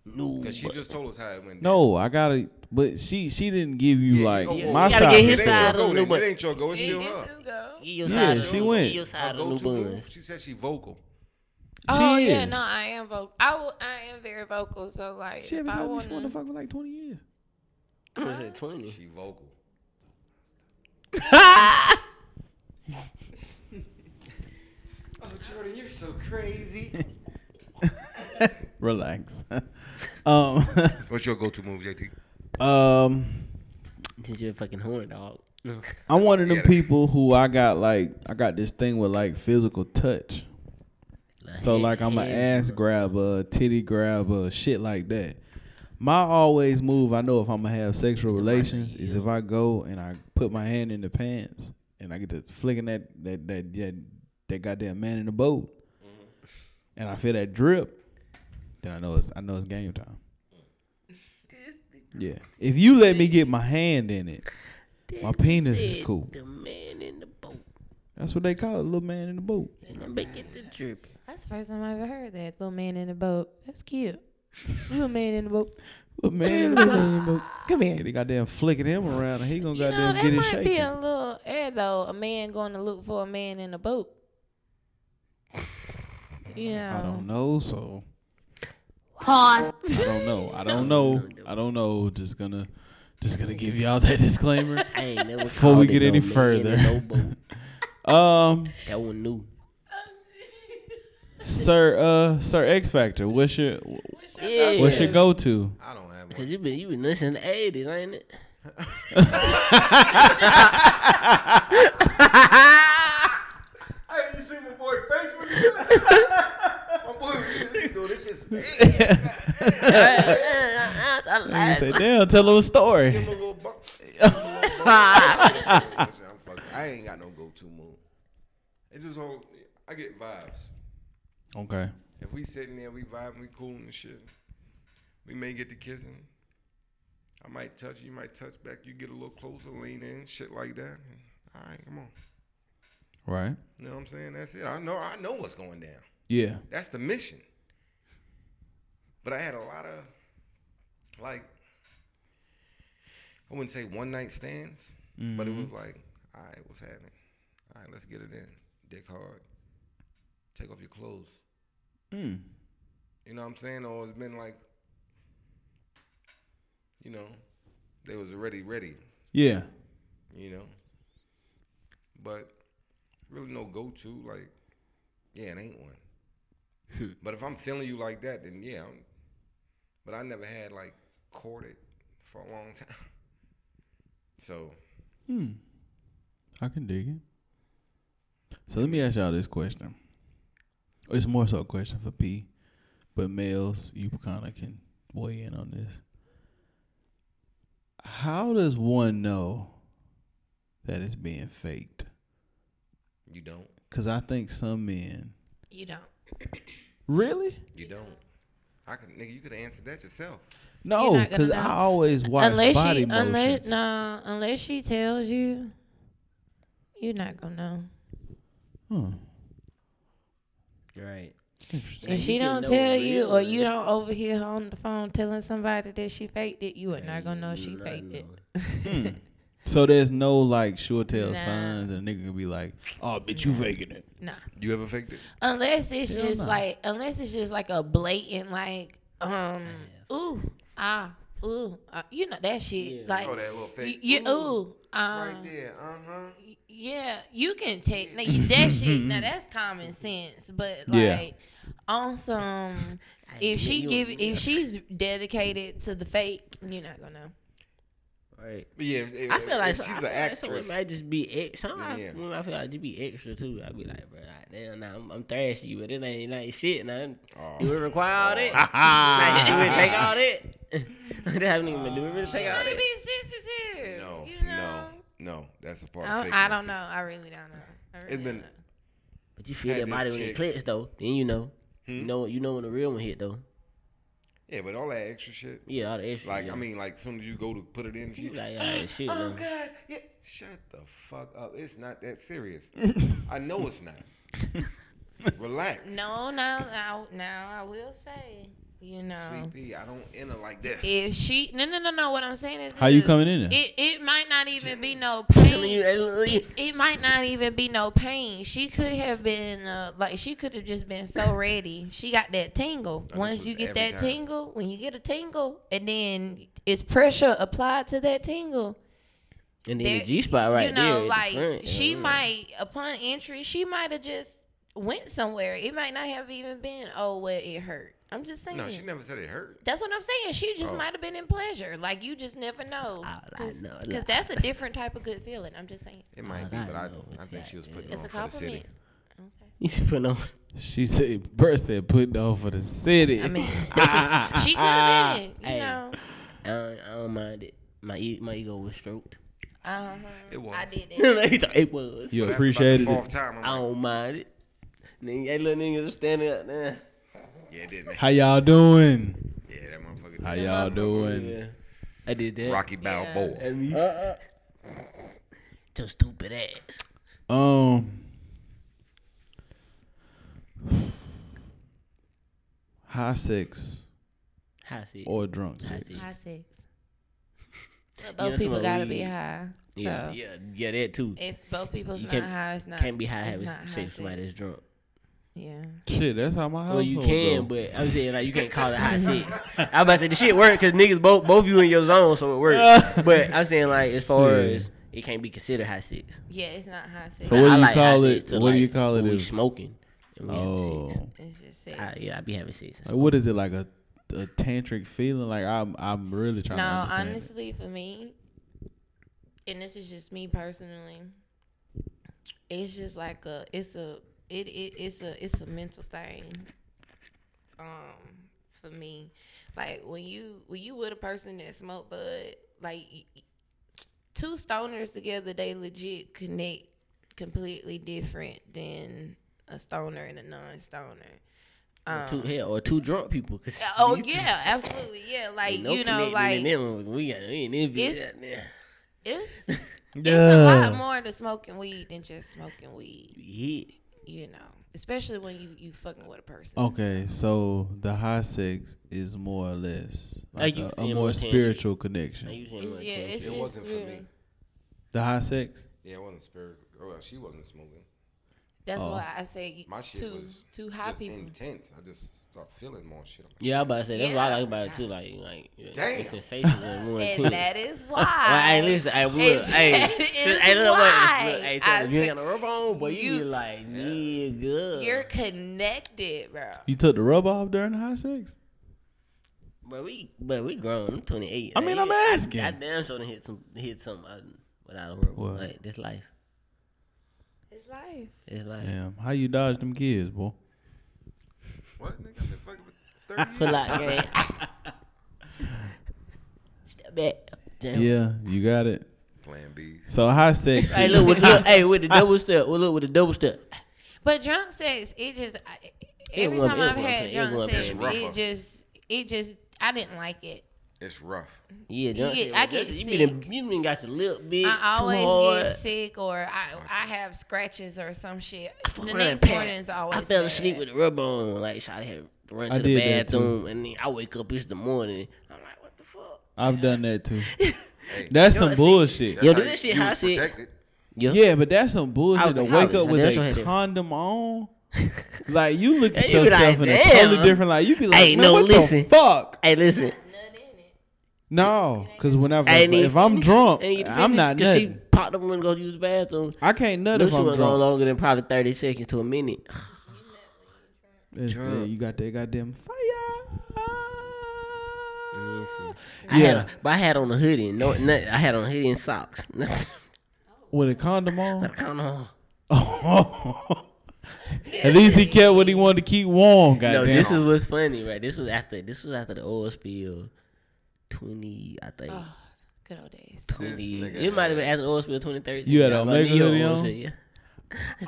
E: No.
D: Cause she just told us how it went. down.
A: no, I gotta. But she she didn't give you
D: Yeah,
A: like
D: you go-
A: my
E: Oh, you gotta
A: side.
E: get his
D: It ain't your
E: side of
D: go.
E: the
D: Then.
E: new bun.
D: It ain't your go. It's still
F: This
D: her.
F: is go.
E: Give your
A: Yeah,
E: side of
A: she
E: the-
A: went.
E: Give your
D: Her
E: side of the new
D: go-to
E: bun.
D: move. She said she vocal.
F: Oh
A: She
F: yeah,
A: is.
F: no, I am vocal. I will, I am very vocal. So like,
A: She
F: if
A: haven't
F: I
A: told me she
F: want
A: wanted to
F: to,
A: fuck for like 20 years.
E: Was it 20?
D: She vocal. oh Jordan, you're so crazy.
A: Relax. um,
D: What's your go-to move, JT?
A: um,
E: Did you a fucking horn dog? No.
A: I'm one of them
D: Yeah.
A: people who I got like I got this thing with like physical touch. So like I'm an ass grabber, a titty grabber, shit like that. My always move I know if I'm gonna have sexual relations is if I go and I put my hand in the pants and I get to flicking that that that that, that goddamn man in the boat, and I feel that drip, then I know it's I know it's game time. Yeah, if you let me get my hand in it, my penis is cool.
E: The man in the boat.
A: That's what they call it, little man in the boat.
E: And make it the drip.
F: that's the first time I ever heard that little man in the boat. That's cute. little man in the boat.
A: Little man in the boat.
F: Come here.
A: Yeah, they goddamn flicking him around, and he gonna
F: You know
A: goddamn
F: that
A: get his
F: might be a
A: shaking.
F: little air though. A man going to look for a man in a boat. You know.
A: I don't know, so
C: Pause.
A: I don't know. I don't know. I don't know. Just gonna, just gonna give y'all that disclaimer.
E: I ain't never
A: Before we
E: called
A: get
E: it no
A: any
E: man in
A: further.
E: No boat.
A: um,
E: That one new.
A: sir, uh, sir X Factor, what's your,
E: Yeah.
A: what's your go to?
D: I don't have one.
E: Cause you been you been listening to eighties, ain't it?
D: Hey, you see my boy face when he said that? My boy was just, dude, this shit's damn.
A: You say, damn, tell him a
D: Give him
A: story.
D: a little bump. Give him a little bump. I'm fucking, I ain't got no go-to move. It's just all, I get vibes.
A: Okay.
D: If we sitting there, we vibing, we cool and shit. We may get to kissing. I might touch you, you might touch back. You get a little closer, lean in, shit like that. All right, come on.
A: Right.
D: You know what I'm saying? That's it. I know. I know what's going down.
A: Yeah.
D: That's the mission. But I had a lot of, like, I wouldn't say one night stands, but it was like, all right, what's happening? All right, let's get it in. Dick hard. Take off your clothes.
A: Mm.
D: You know what I'm saying? Or it's been like, you know, they was already ready,
A: Yeah.
D: you know? But really no go to, like, yeah, it ain't one. but if I'm feeling you like that, then yeah. I'm, but I never had like courted for a long time. So
A: Hmm. I can dig it. So let me ask y'all this question. It's more so a question for P, but males, you kind of can weigh in on this. How does one know that it's being faked?
D: you don't,
A: Because I think some men.
F: You don't.
A: Really?
D: you don't. I can, nigga, you could have answered that yourself.
A: No,
F: not gonna
A: because I
F: know.
A: always watch
F: Unless
A: body
F: she,
A: motions.
F: unless nah, unless she tells you, you're not gonna know.
A: Huh.
E: Right.
F: if she don't tell you, or you don't overhear her on the phone telling somebody that she faked it, you are not gonna know she faked it.
A: So there's no like sure tell
F: Nah.
A: signs, and a nigga can be like, "Oh, bitch, you faking it."
F: Nah.
D: You ever faked it?
F: Unless it's
A: Hell
F: just
A: nah.
F: like, unless it's just like a blatant like, um, ooh, ah, ooh, ah, you know that shit. Like,
D: Oh, that little fake.
F: You, you
D: ooh,
F: ooh, um,
D: right there. Uh huh.
F: yeah, you can take now, you- that shit. Now that's common sense, but like,
A: Yeah.
F: on some. If she give, if she's dedicated to the fake, you're not gonna know.
E: Right.
D: But yeah, if, if-
E: I feel like
D: if
E: so- I
D: she's
E: feel
D: an
E: like someone
D: actress.
E: might just be extra. Sometimes
D: Yeah.
E: women, I feel like they be extra too. I be like, bro, like, damn, nah, I'm, I'm thrashing you, but it ain't like shit. Nah,
D: Oh.
E: do it require all that? like, do
A: Ah.
E: it take all that? they haven't even been doing it. Take all
F: Maybe
E: that.
F: sensitive.
D: no,
F: you know?
D: no, no. That's a part
F: I
D: of
F: don't,
D: fakeness.
F: I don't know. I really don't know. I really
D: It's been-
F: don't know.
E: But you feel
D: Had
E: that body
D: this
E: when it
D: chick- Hmm?
E: clicks though. Then you know. You know. You know when the real one hit though.
D: Yeah, but all that extra shit.
E: Yeah, all the extra.
D: Like,
E: yeah.
D: I mean, like, soon as you go to put it in,
E: you
D: she,
E: like, all right, shit.
D: oh
E: though.
D: God, yeah. Shut the fuck up. It's not that serious. I know it's not. Relax.
F: No, no, no, no. I will say, you know,
D: CP, I don't enter like this.
F: if she, no, no, no, no. What I'm saying is,
A: How you
F: this.
A: coming in there?
F: It, it might not even be no
E: I mean, you-
F: pain.
E: hey, look, you-
F: It might not even be no pain. She could have been uh, like she could have just been so ready. She got that tingle.
D: this
F: Once
D: was
F: you get
D: every
F: that
D: time.
F: tingle, when you get a tingle, and then it's pressure applied to that tingle.
E: And then the
F: there-
E: G spot right
F: you know,
E: there. at the
F: like
E: front, Mm-hmm.
F: she
E: yeah.
F: might upon entry, she might have just went somewhere. It might not have even been. Oh well, it hurt. I'm just saying.
D: No, she never said it hurt.
F: that's what I'm saying. She just
D: Oh.
F: might have been in pleasure. Like you just never know.
E: All I know is
F: Because that's a different type of good feeling. I'm just saying.
D: It might
E: All
D: be,
E: I
D: but I,
E: know
D: I
E: is
D: think
E: that
D: she was
E: it-
D: putting
F: It's
D: on
F: a
D: for the city.
F: compliment. Okay.
E: You should put on.
A: She said, "Bird said, put on for the city."
F: I mean, she could have been. You
E: Hey.
F: know.
E: I don't, I don't mind it. My e- my ego was stroked.
F: Uh-huh.
D: It was.
F: I did it.
E: Like, it was.
A: you
D: After about the
A: appreciated
D: Fourth
A: it.
E: I
D: time, I'm like,
E: don't mind it. Nigga, hey, little niggas standing up there.
F: Oh.
D: yeah, it did, man.
A: How y'all doing?
D: Yeah, that motherfucker.
A: How
D: did.
A: y'all doing?
E: Yeah, I did that.
D: Rocky Balboa.
E: I mean, uh, your stupid ass.
A: Um. High sex
E: High seat.
A: or drunk
E: High
A: sex?
E: seat.
F: High six. But
E: Yeah,
F: both
E: that's
F: people
E: what
F: gotta
E: we-
F: be high.
E: Yeah,
F: so
E: yeah, yeah, that too.
F: if both people's
E: You
F: not
E: can't-
F: high, it's not.
E: Can't be high
F: it's
E: having
F: not high
E: sex with somebody
F: sex.
E: that's drunk.
F: Yeah.
A: Shit, that's how my household
E: Well, you can,
A: go.
E: but I'm saying like you can't call it high sex. I'm about to say the shit work because niggas both both you in your zone, so it works. but I'm saying like as far
A: Shit.
E: as it can't be considered high sex.
F: Yeah, it's not high sex.
A: So what do
E: I
A: you
E: like high
A: call
E: sex
A: it-
E: to,
A: what do you
E: like,
A: call it
E: when We
A: if-
E: smoking. And we having sex.
A: Oh,
F: It's just sex.
E: I, yeah, I be having sex.
A: Like, what is it like a, a tantric feeling? Like I'm I'm really trying
F: no,
A: to understand. it.
F: honestly, for me, and this is just me personally, it's just like a, it's a, it, it it's a, it's a mental thing. Um, for me, like when you when you with a person that smoke bud, like y- y- two stoners together, they legit connect completely different than a stoner and a non-stoner. Um,
E: Or two hell or two drunk people. 'cause
F: Oh
E: you-
F: yeah, absolutely. Yeah, like
E: ain't no
F: you know,
E: connecting in
F: like
E: them. we got we ain't envy
F: It's-
E: out there.
F: it's it's a
A: Yeah.
F: lot more to smoking weed than just smoking weed.
E: Yeah.
F: You know, especially when you you fucking with a person.
A: Okay, so the high sex is more or less like
E: you
A: a, a
E: saying
A: more
E: more tantric?
A: spiritual
E: I
A: connection.
E: usually don't
F: It's,
E: like
F: yeah,
E: that.
F: it's
D: It
F: just
D: wasn't for
F: really-
D: me.
A: The high sex.
D: Yeah, it wasn't spiritual. Well, she wasn't smoking.
F: That's
E: Oh.
F: why I say
D: My shit
F: two
D: was
F: two high
D: just
F: people.
D: intense. I just start feeling more shit. I'm like,
E: Yeah, I'm about to say that's what I
F: Yeah.
E: like about it too. Like, like yeah,
D: Damn.
E: it's sensational and more
F: And
E: too.
F: that is why.
E: Well, hey, listen, I will.
F: And
E: Hey,
F: that
E: sis-
F: is
E: hey, look,
F: why
E: look, look, hey, tell
F: I
E: me, you ain't
F: said-
E: got no rubber on, but you,
F: you-
E: be like, yeah, good.
F: You're connected, bro.
A: You took the rub off during the high sex.
E: but we, but we grown. I'm 28.
A: I mean, I'm
E: I-
A: asking.
E: I, damn sure done hit some, hit some uh, without a rubber.
A: What?
E: Like, this life,
F: It's life.
E: this life.
A: Damn, how you dodge them kids, boy?
D: What nigga? I've been fucking for thirty years.
E: Pull out, game. Step back. Damn.
A: Yeah, you got it.
D: Plan B's.
A: So high sex.
E: Hey, look, with, look, hey, with the double step, well, look with the double step.
F: But drunk sex, it just I- every
E: wasn't-
F: time
E: it
F: I've
E: wasn't
F: had
E: okay. It
F: drunk
E: wasn't
F: sex,
D: okay. It's
F: it
D: rougher.
F: just it just I didn't like it.
D: It's rough.
E: Yeah, Johnson,
F: get- I get
E: you been a, you been got your lip bit
F: I
E: too
F: always
E: hard.
F: get sick or I I have scratches or some shit. The
E: Run
F: next
E: past.
F: morning's always.
E: I fell
F: bad.
E: asleep with the rubber on. Like, shot had to run to
A: I
E: the
A: did that too.
E: bathroom, and then I wake up it's the morning. I'm like, what the fuck?
A: I've done that too. That's some bullshit.
E: Yo,
D: how
E: did that
D: you-
E: shit
D: you
E: high
D: was
E: six?
D: protected.
A: Yeah, but that's some
E: I
A: bullshit
E: was
A: to
E: like,
A: wake
E: I was
A: up with
E: like, that's what I had
A: a
E: to-
A: condom on. Like you look at
E: you be like,
A: yourself in a
E: "Damn."
A: totally different light. You be like,
E: Hey,
A: man,
E: no,
A: what
E: listen.
A: the fuck?
E: Hey, listen.
A: No, because when I
E: Ain't
A: if,
E: even-
A: I'm drunk,
E: ain't even
A: I'm
E: finished,
A: not
E: 'cause
A: nutting.
E: She popped up and go use the bathroom.
A: I can't nut
E: No,
A: if
E: she
A: I'm
E: wasn't going
A: drunk.
E: longer than probably 30 seconds to a minute.
A: That's the-
E: Drunk.
A: you got that goddamn fire.
E: Listen. I had
A: Yeah.
E: a, but I had on a hoodie. and No, no, I had on a hoodie and socks.
A: With a condom on.
E: Come on.
A: At least he kept what he wanted to keep warm. Goddamn.
E: No, this is what's funny, right? This was after this was after the oil spill, twenty, I think.
F: Good old days.
E: twenty.
D: nigga
E: It might have been after the oil spill twenty thirteen.
A: You had
E: Yeah,
A: a
E: my
A: Omega
E: Neo
A: hoodie
E: oil
A: on?
E: spill, Yeah.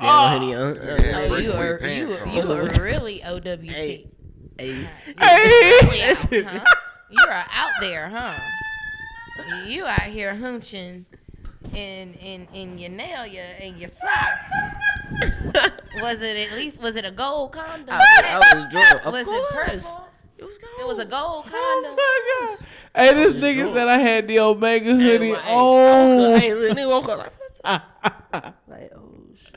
E: Oh. Hoodie on. Uh,
D: Yeah,
F: Oh, you
D: bracelet
F: are you
D: pants
F: are,
D: on.
F: you are really OWT.
E: Hey. hey,
F: Really out, huh? You are out there, huh? You out here hunching in in in your nail, your and your socks. was it at least was it a gold condom?
E: I, I was drunk. Of
F: was
E: course.
F: it purple? It was a gold condom.
A: Oh my god. Hey, this nigga said I had the Omega hoodie
E: Right.
A: on.
E: Hey, look, nigga woke up like, what the- like oh shit.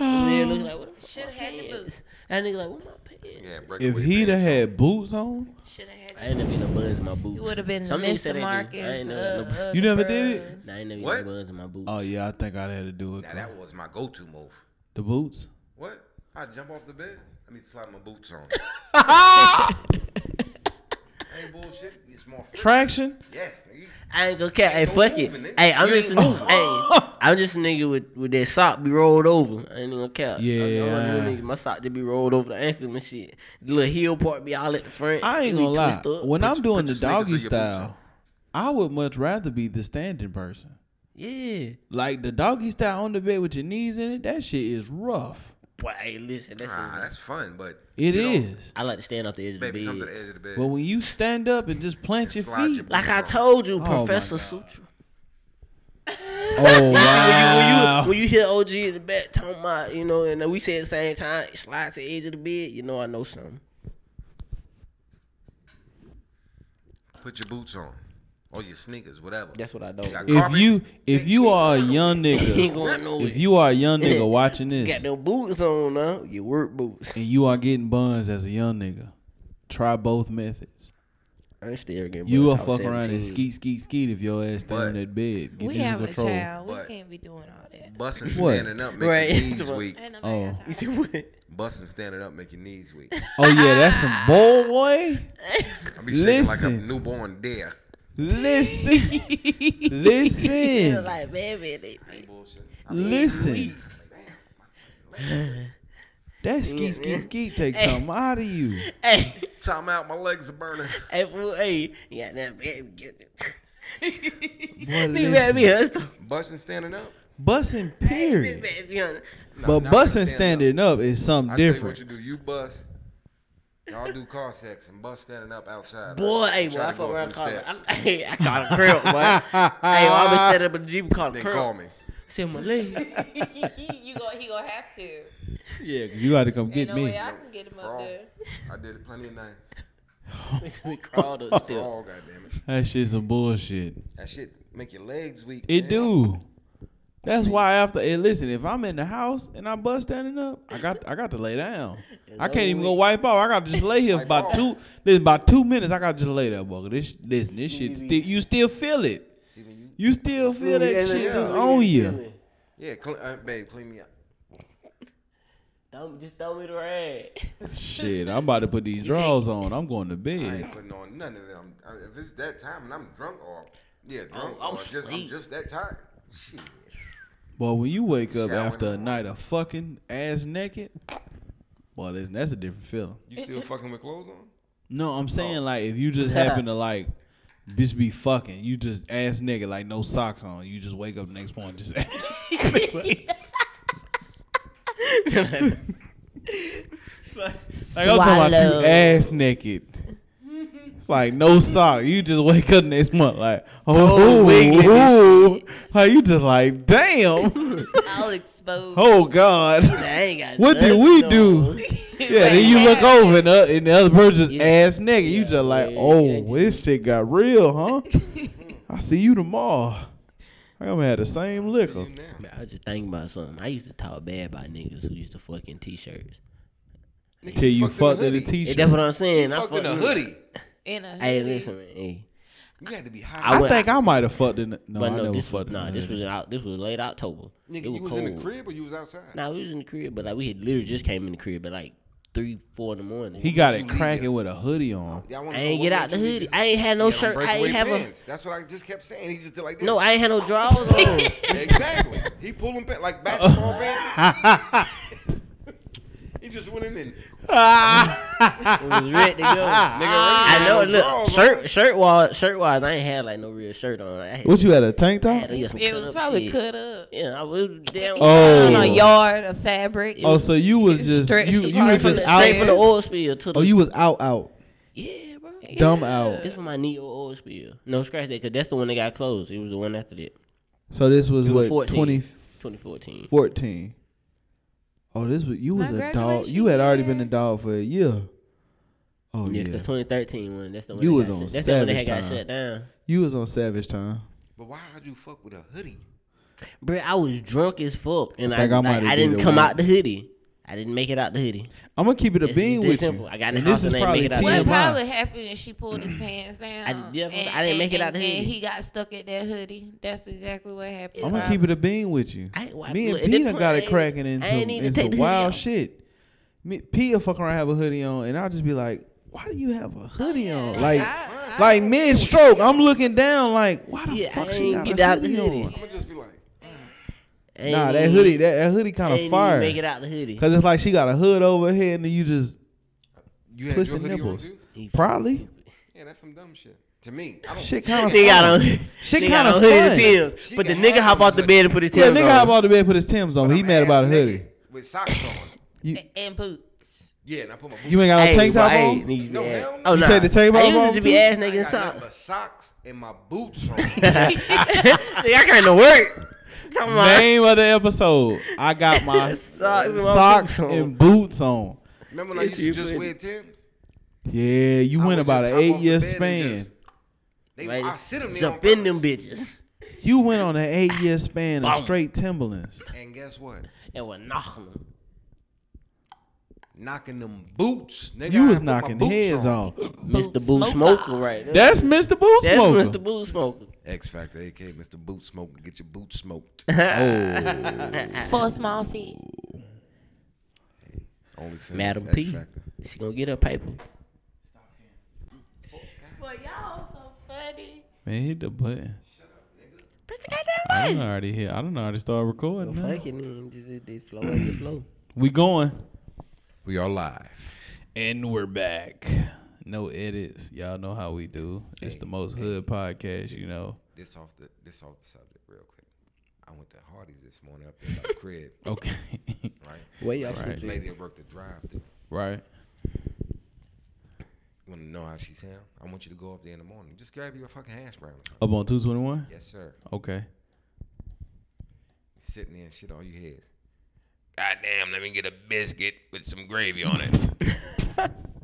E: And then look like, what the fuck?
F: Should've
E: my
F: had your
E: pants?
F: boots.
E: That nigga like, what my pants?
D: Yeah, breakaway
A: If he'd have
D: pants
A: had boots on,
F: Should have
E: I
F: had.
E: ain't never get no buns in my boots.
F: You would have been
E: Some niggas said
F: Mr.
E: they do. I ain't
F: Marcus.
E: never
F: uh,
E: had no-
F: of
A: You
F: the
A: never did it?
F: Bros.
E: Nah, I ain't never
D: What?
E: get no buns in my boots.
A: oh yeah, I think I'd had to do it.
D: on. Now that was my go-to move.
A: the boots.
D: What? I jump off the bed. I need to slide my boots on.
A: Ah!
D: ain't bullshit. It's more. Free.
A: Traction.
D: Yes, nigga.
E: I ain't gonna care. Hey,
D: Don't
E: fuck
D: move
E: it.
D: it, nigga.
E: Hey, I'm
D: You
E: just a,
D: ain't moving.
E: hey, I'm just a nigga with, with that sock be rolled over. I ain't gonna care. I'm, I'm a
A: Yeah.
E: new nigga. My sock just be rolled over the ankle and shit. The little heel part be all at the front.
A: I
E: It
A: ain't
E: be
A: gonna lie.
E: twist up.
A: When I'm doing
D: put
A: the
D: your sneakers in
A: doggy
D: your boots
A: style,
D: on.
A: I would much rather be the standing person.
E: yeah,
A: Like the doggy style on the bed with your knees in it, that shit is rough.
E: boy, hey, listen, that's
D: Nah, that's fun, but
A: It
D: you
A: is.
D: don't-
E: I like to stand off the edge of the
D: Baby, come to the
E: bed.
D: edge of the bed.
A: But when you stand up and just plant your
D: Slide
A: feet,
D: your
E: Like I
D: boots on.
E: told you,
A: Oh my
E: Professor
A: God.
E: Sutra.
A: oh
E: When
A: wow,
E: you, when you hear OG in the back talking about, you know, and we say at the same time, slide to the edge of the bed, you know I know something.
D: Put your boots on. Or your sneakers, whatever.
E: That's what I know.
D: You got
A: if
D: carpet?
A: you if
D: Big
A: you
D: shoes.
A: are a young
E: Ain't
A: nigga,
E: going nowhere.
A: if you are a young nigga watching
E: got
A: this
E: them boots on now, your work boots.
A: and you are getting buns as a young nigga, try both methods.
E: I ain't still getting
A: You will
E: buns. I was
A: fuck around and
E: 17.
A: skeet skeet skeet if your ass stay
D: But-
A: in that bed. Get
F: We
A: you some
F: have a
A: control.
F: child. We
D: But-
F: can't be doing all that.
D: Busting
A: What?
D: standing up make
E: Right.
D: your knees weak.
F: And I'm
A: Oh.
F: oh.
E: You see what?
D: Busting standing up make your knees weak.
A: Oh yeah, that's some boy.
D: I be shaking like a
A: Listen.
D: newborn deer.
A: Listen,
E: Yeah,
A: listen,
E: like baby, they,
D: Ain't bullshit.
A: listen.
D: Damn.
A: That skeet skeet skeet takes something out of you.
E: hey,
D: Time out, my legs are burning.
E: hey, fool, hey, yeah, that baby, get it.
A: Boy,
E: Nigga better be
A: listen.
E: hustled.
D: Busting standing up?
A: Bussin'
E: Nigga
A: period.
E: better be on.
A: But
D: not
A: bussin'
D: standing
A: standing up is something
D: I tell you what you
A: different.
D: do. You bust. Y'all do car sex and bust standing up outside.
E: Boy,
D: right?
E: hey, boy, I
D: Try to go
E: fuck
D: up
E: around
D: them
E: calling.
D: steps.
E: I, hey, I caught a crib, boy. hey, well, I was standing up in the Jeep and caught a
D: Then
E: crib.
D: call me.
E: See my leg.
F: you go, he gonna have to.
A: Yeah, 'cause you got to come get
F: Ain't no
A: me.
F: way I can get him up
D: Crawl.
F: there.
D: I did it plenty of nights.
E: we crawled up still.
D: Crawl, goddamn it.
A: That shit's some bullshit.
D: That shit make your legs weak.
A: It
D: man.
A: do. That's why after hey, listen, if I'm in the house and I bust standing up, I got I got to lay down. I can't even go wipe off. I got to just lay here for
D: Wipe
A: about
D: off.
A: two. Listen, about two minutes. I got to just lay there, boy. This listen, this shit still you still feel it.
D: See when you.
A: You still feel that shit
D: uh, yeah.
A: just on you.
D: Yeah, clean, uh, babe, clean me up.
E: Don't just throw me the rag.
A: Shit, I'm about to put these drawers on. I'm going to
D: I ain't
A: bed.
D: putting on none of them. I- If it's that time and I'm drunk or yeah, drunk
E: Oh, I'm
D: or just I'm
E: asleep.
D: just that tired. Shit.
A: Boy, when you wake up
D: Shower
A: after a
D: in the
A: night of fucking ass naked, boy, listen, that's a different feeling.
D: You still fucking with clothes on?
A: No,
D: Oh.
A: I'm saying like if you just happen to like just be fucking, you just ass naked, like no socks on. You just wake up the next morning, just ass like I'm talking about you ass naked. Like no sock, you just wake up next month like oh,
E: wiggling
A: ooh, like you just like damn,
F: I'll expose.
A: oh god,
E: I ain't got
A: what did
E: nothing
A: we
E: on.
A: do? Yeah, then you look over and the, and the other person just
E: Yeah.
A: ass nigga. You
E: Yeah,
A: just like,
E: yeah, yeah,
A: oh,
E: yeah.
A: this shit got real, huh? I see you tomorrow. I gonna have the same liquor.
D: You now.
E: Man, I was just thinking about something. I used to talk bad about niggas who used to fucking t-shirts.
A: Till you fucked in a
D: t.
E: Yeah,
A: t-shirt.
E: that's what I'm saying.
D: You
E: I
D: fucked in a
E: fucking-
D: hoodie.
F: In a
E: Hey,
F: hoodie.
E: listen, man. Hey.
D: You had to be
E: I
D: hot.
A: I
E: went-
A: think I might have fucked in. the- No,
E: But
A: I
E: no,
A: never
E: this
A: fucked
E: was,
A: in.
E: nah,
A: the
E: this
A: hoodie.
E: was out. This was late October. it
D: Nigga,
E: was
D: you was
E: cold.
D: in the crib or you was outside?
E: Nah, we was in the crib, but like we had literally just came in the crib, but like three, four in the morning.
A: He got
D: you
A: it
D: leave
A: cracking
D: your-
A: with a hoodie on.
D: Y'all wanna
E: I
D: know
E: ain't
D: what
E: get
D: made
E: out the
D: you leave
E: hoodie.
D: your-
E: I ain't had no
D: He had on
E: shirt. I ain't
D: breakaway
E: have a.
D: pants. That's what I just kept saying. He just did like that.
E: No, I ain't had no drawers on.
D: exactly. He pulling pants like basketball pants. he just went in and
E: It was ready to go.
D: nigga. Ray
E: Ah, I
D: had
E: know.
D: no
E: Look,
D: drawers on.
E: shirt, shirt wise, shirt wise, I ain't had like no real shirt on. I had,
A: What you had a tank
E: I
A: top?
E: had, yeah, some
F: It
E: cut
F: was
E: up
F: probably
E: shit.
F: cut up.
E: Yeah, I was down.
A: Oh.
F: On a yard of fabric.
A: Oh, so you was
F: It
A: just
F: stretched
A: you,
F: the
A: you
F: part
A: was
E: from
A: just
E: the,
A: out.
E: straight from the oil spill to the
A: Oh, you was out out.
E: yeah, bro.
A: Dumb out.
E: This was my Neo oil spill. No scratch that, cause that's the one that got closed. It was the one after that,
A: So this was
E: It was
A: what
E: 14.
A: 2014.
E: 2014.
A: Oh, this was you
F: My
A: was a dog. You
F: graduation
A: had already
F: year.
A: been a dog for a year. Oh
E: Yeah,
A: yeah,
E: 'cause 2013 one. That's the one.
A: You
E: that
A: was
E: got
A: on
E: shut, That's the one that
A: Savage
E: had got
A: Time.
E: shut down.
A: you was on Savage Time.
D: But why would you fuck with a hoodie?
E: Bro, I was drunk as fuck, and I
A: think I
E: like, I,
A: might have did
E: didn't
A: it
E: come
A: once.
E: out the hoodie. I didn't make it out the hoodie.
A: I'm gonna keep it a
E: It's
A: bean
E: this
A: with
E: simple.
A: you.
E: I got in
A: and
E: the
A: this
E: house
A: is
E: and they
A: probably
E: make it out.
A: TMI.
E: Well,
G: What probably happened is she pulled his pants down.
E: I did- yeah, I didn't make it out the
G: and-
E: hoodie.
G: And he got stuck at that hoodie. That's exactly what happened.
A: I'm gonna keep it a bean with you.
E: I ain't watch-
A: Me
E: look,
A: and
E: at that
A: Pina
E: point,
A: got
E: I
A: it
E: ain't-
A: cracking
E: I
A: into
E: ain't even take
A: into
E: the hoodie
A: wild
E: off.
A: shit. Me, Pia fuck around have a hoodie on, and I'll just be like, "Why do you have a hoodie on?" Like, like mid stroke, I'm looking down, like, "Why the
E: Yeah, I
A: fuck she
E: ain't
A: got
E: get
A: a
E: out the
A: hoodie,
E: hoodie.
A: on?"
D: I'm gonna just be like,
E: Ain't
A: Nah, that
E: even-
A: hoodie, that, that hoodie kind
E: ain't
A: of
E: even
A: fire.
E: Make it out the hoodie.
A: Cause it's like she got a hood over her head, and then you just
D: you had
A: Twisted
D: your hoodie
A: nipples.
D: on too?
E: He-
A: probably
D: Yeah, that's some dumb shit. To me, I don't
A: shit kind of
E: She got on.
A: Shit
E: she got
A: kinda
E: on hoodie
A: fun.
E: to Tim's,
D: She
E: but the
D: can
E: nigga
D: have
E: hop
D: the
E: out the
D: hoodie.
E: bed and put his
A: Yeah,
E: Tim's
A: nigga,
E: on.
A: hop out the bed, put his Tim's on. He
D: I'm
A: mad about a
D: ass
A: hoodie.
D: naked With socks on.
G: And boots.
D: Yeah, and I put my boots
A: You ain't got no
E: Hey,
A: tank top
E: why-
A: on.
E: hey, niggas be
D: No,
E: ass-
D: hell no.
E: Oh,
D: You
E: nah.
A: take the table
E: I
A: off
E: used to
A: off
E: be
A: too?
E: ass
D: I
E: naked
D: ain't
E: in
D: got nothing but
E: socks.
D: socks and my boots on.
E: Nigga, I came to work. Come on.
A: Name of the episode. I got my
E: Socks
A: socks,
E: and my boots on.
A: and boots on.
D: Remember when I
E: Yes,
D: used
E: you
D: to just
E: did.
D: wear Tim's?
A: Yeah, you
D: I
A: went
D: would
A: about
D: just
A: an
D: hop off
A: eight
D: the
A: year
D: bed and
A: span.
D: just- They,
E: Right?
D: I sit 'em there
E: Jump
D: on
E: in them
D: purpose.
E: bitches.
A: You went on an eight year span of
E: Boom.
A: straight Timberlands.
D: And guess what?
E: And we're knocking them.
D: Knocking them boots, nigga.
A: You
D: I
A: was
D: put my
A: knocking
D: boots
A: heads off.
E: Mr. Boo Smoker right there.
A: That's Mr. Boot
E: That's
A: Smoker.
E: Mr. Boo Smoker.
D: X Factor, aka Mr. Boot Smoker, get your boots smoked.
G: For a small fit.
D: Only fans,
E: Madam
D: X
E: P.
D: Factor.
E: She gonna get her paper.
G: But y'all so funny.
A: Man, hit the button. I don't already hit. I don't know how to start recording. now.
E: Fucking and just it, it flow and it flow.
A: We going.
D: We are live.
A: And we're back. No edits. Y'all know how we do. It's the most hood podcast, you know.
D: This off the this off the subject real quick. I went to Hardy's this morning up in the crib,
A: Okay.
D: right?
E: Where y'all
A: Right.
E: right.
D: Lady at work the drive through.
A: right.
D: You wanna know how she sound? I want you to go up there in the morning. Just grab you a fucking hash brown or
E: Oh.
D: something.
A: Up on 221?
D: Yes, sir.
A: Okay.
D: Sitting there and shit all you hear. Goddamn, let me get a biscuit with some gravy on it.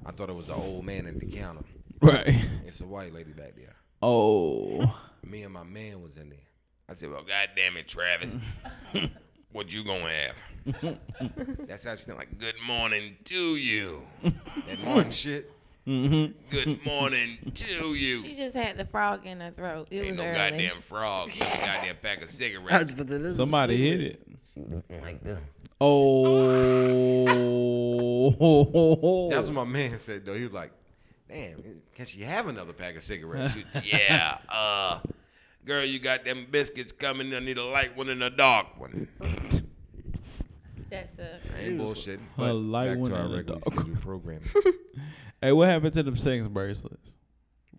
D: I thought it was the old man at the counter.
A: Right.
D: It's a white lady back there.
A: Oh.
D: Me and my man was in there. I said, "Well, goddamn it, Travis, what you gonna have?" That's how she sound like, "Good morning to you." That morning shit. Good morning to
F: She
D: you.
F: just had the frog in her throat. It
D: Ain't
F: was
D: no
F: early.
D: goddamn frog. Took a goddamn pack of cigarettes.
A: Somebody hit it. Oh.
D: That's what my man said though. He was like, "Damn, can she have another pack of cigarettes?" She- yeah. Uh, girl, you got them biscuits coming. I need a light one and a dark one.
F: That's a.
D: I ain't bullshitting.
A: A
D: But
A: light
D: back
A: one
D: to our
A: and a
D: regularly
A: dark.
D: scheduled program.
A: Hey, what happened to them sex bracelets?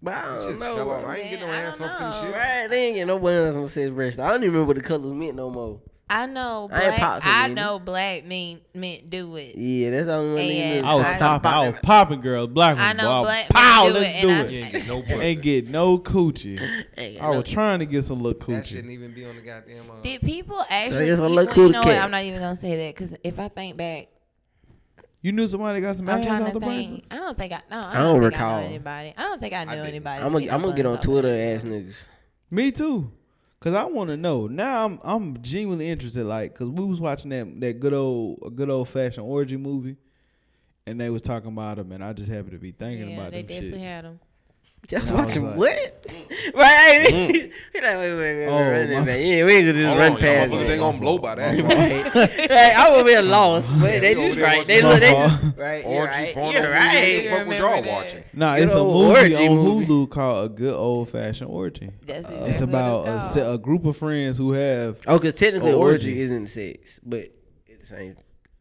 E: Wow.
D: Shit fell off. I ain't get no
F: Man, I
D: ass
F: don't
D: off them
F: know.
D: shit.
E: Right, they ain't get no one else on says rest. I don't even remember what the colors meant no more.
F: I know
E: I ain't
F: black.
E: popped
F: I,
E: it, ain't
F: know black mean meant do it.
E: Yeah, that's the only one
F: Yeah.
E: they knew.
A: I was
F: I-
A: popping. I was popping, girls. Black
F: I
A: one,
F: know
A: boy.
F: black
A: Pow,
F: men do
A: let's
F: it,
A: do
F: and
D: You
A: it.
D: ain't get no
A: Ain't get
D: pussy.
A: no coochie.
E: Ain't
A: I
E: got no-
A: was trying to get some little
D: That
A: coochie.
D: shouldn't even be on the goddamn. Uh,
F: Did people actually?
E: it's a
F: well,
E: little
F: you
E: cool
F: know what?
E: cat.
F: I'm not even gonna say that because if I think back,
A: You knew somebody got some
F: I'm
A: ass
F: trying
A: out
F: to
A: the
F: think.
A: bracelets?
F: I don't think I. No, I don't,
E: I don't
F: think I
E: recall.
F: know anybody. I don't think I knew
D: didn't.
F: anybody.
E: I'm gonna I'm gonna get on Twitter and ask niggas.
A: Me too. Cause I want to know now. I'm I'm genuinely interested. Like, cause we was watching that that good old a good old fashioned orgy movie, and they was talking about them, and I just happened to be thinking
F: Yeah,
A: about
F: they
A: them shit.
F: definitely had them.
E: Just
A: I was
E: watching
A: like- Mm.
E: what? Right? He like, wait, wait, wait, wait,
A: Oh, my-
E: run that back. Yeah, we could just
H: Hold on,
E: run
H: y'all
E: past
H: motherfuckers
E: that.
H: ain't gonna blow by that.
E: right? Like, I would be lost, but they
D: you over
E: just
D: there
E: right. They
A: watching
E: look, they
A: porn.
E: just right. You're
D: Orgy
E: right.
D: porno
E: You're
D: movie.
E: right.
D: What the fuck was
F: remember
D: y'all
F: that.
D: watching?
A: Nah,
E: Good
A: it's a
E: old
A: movie
E: orgy
A: on
E: movie.
A: Hulu called A Good Old Fashioned Orgy.
F: That's exactly
A: it's about
F: what
A: a,
F: it's
A: se- a group of friends who have
E: Oh, because technically
A: Or
E: orgy.
A: orgy.
E: isn't sex, but at the same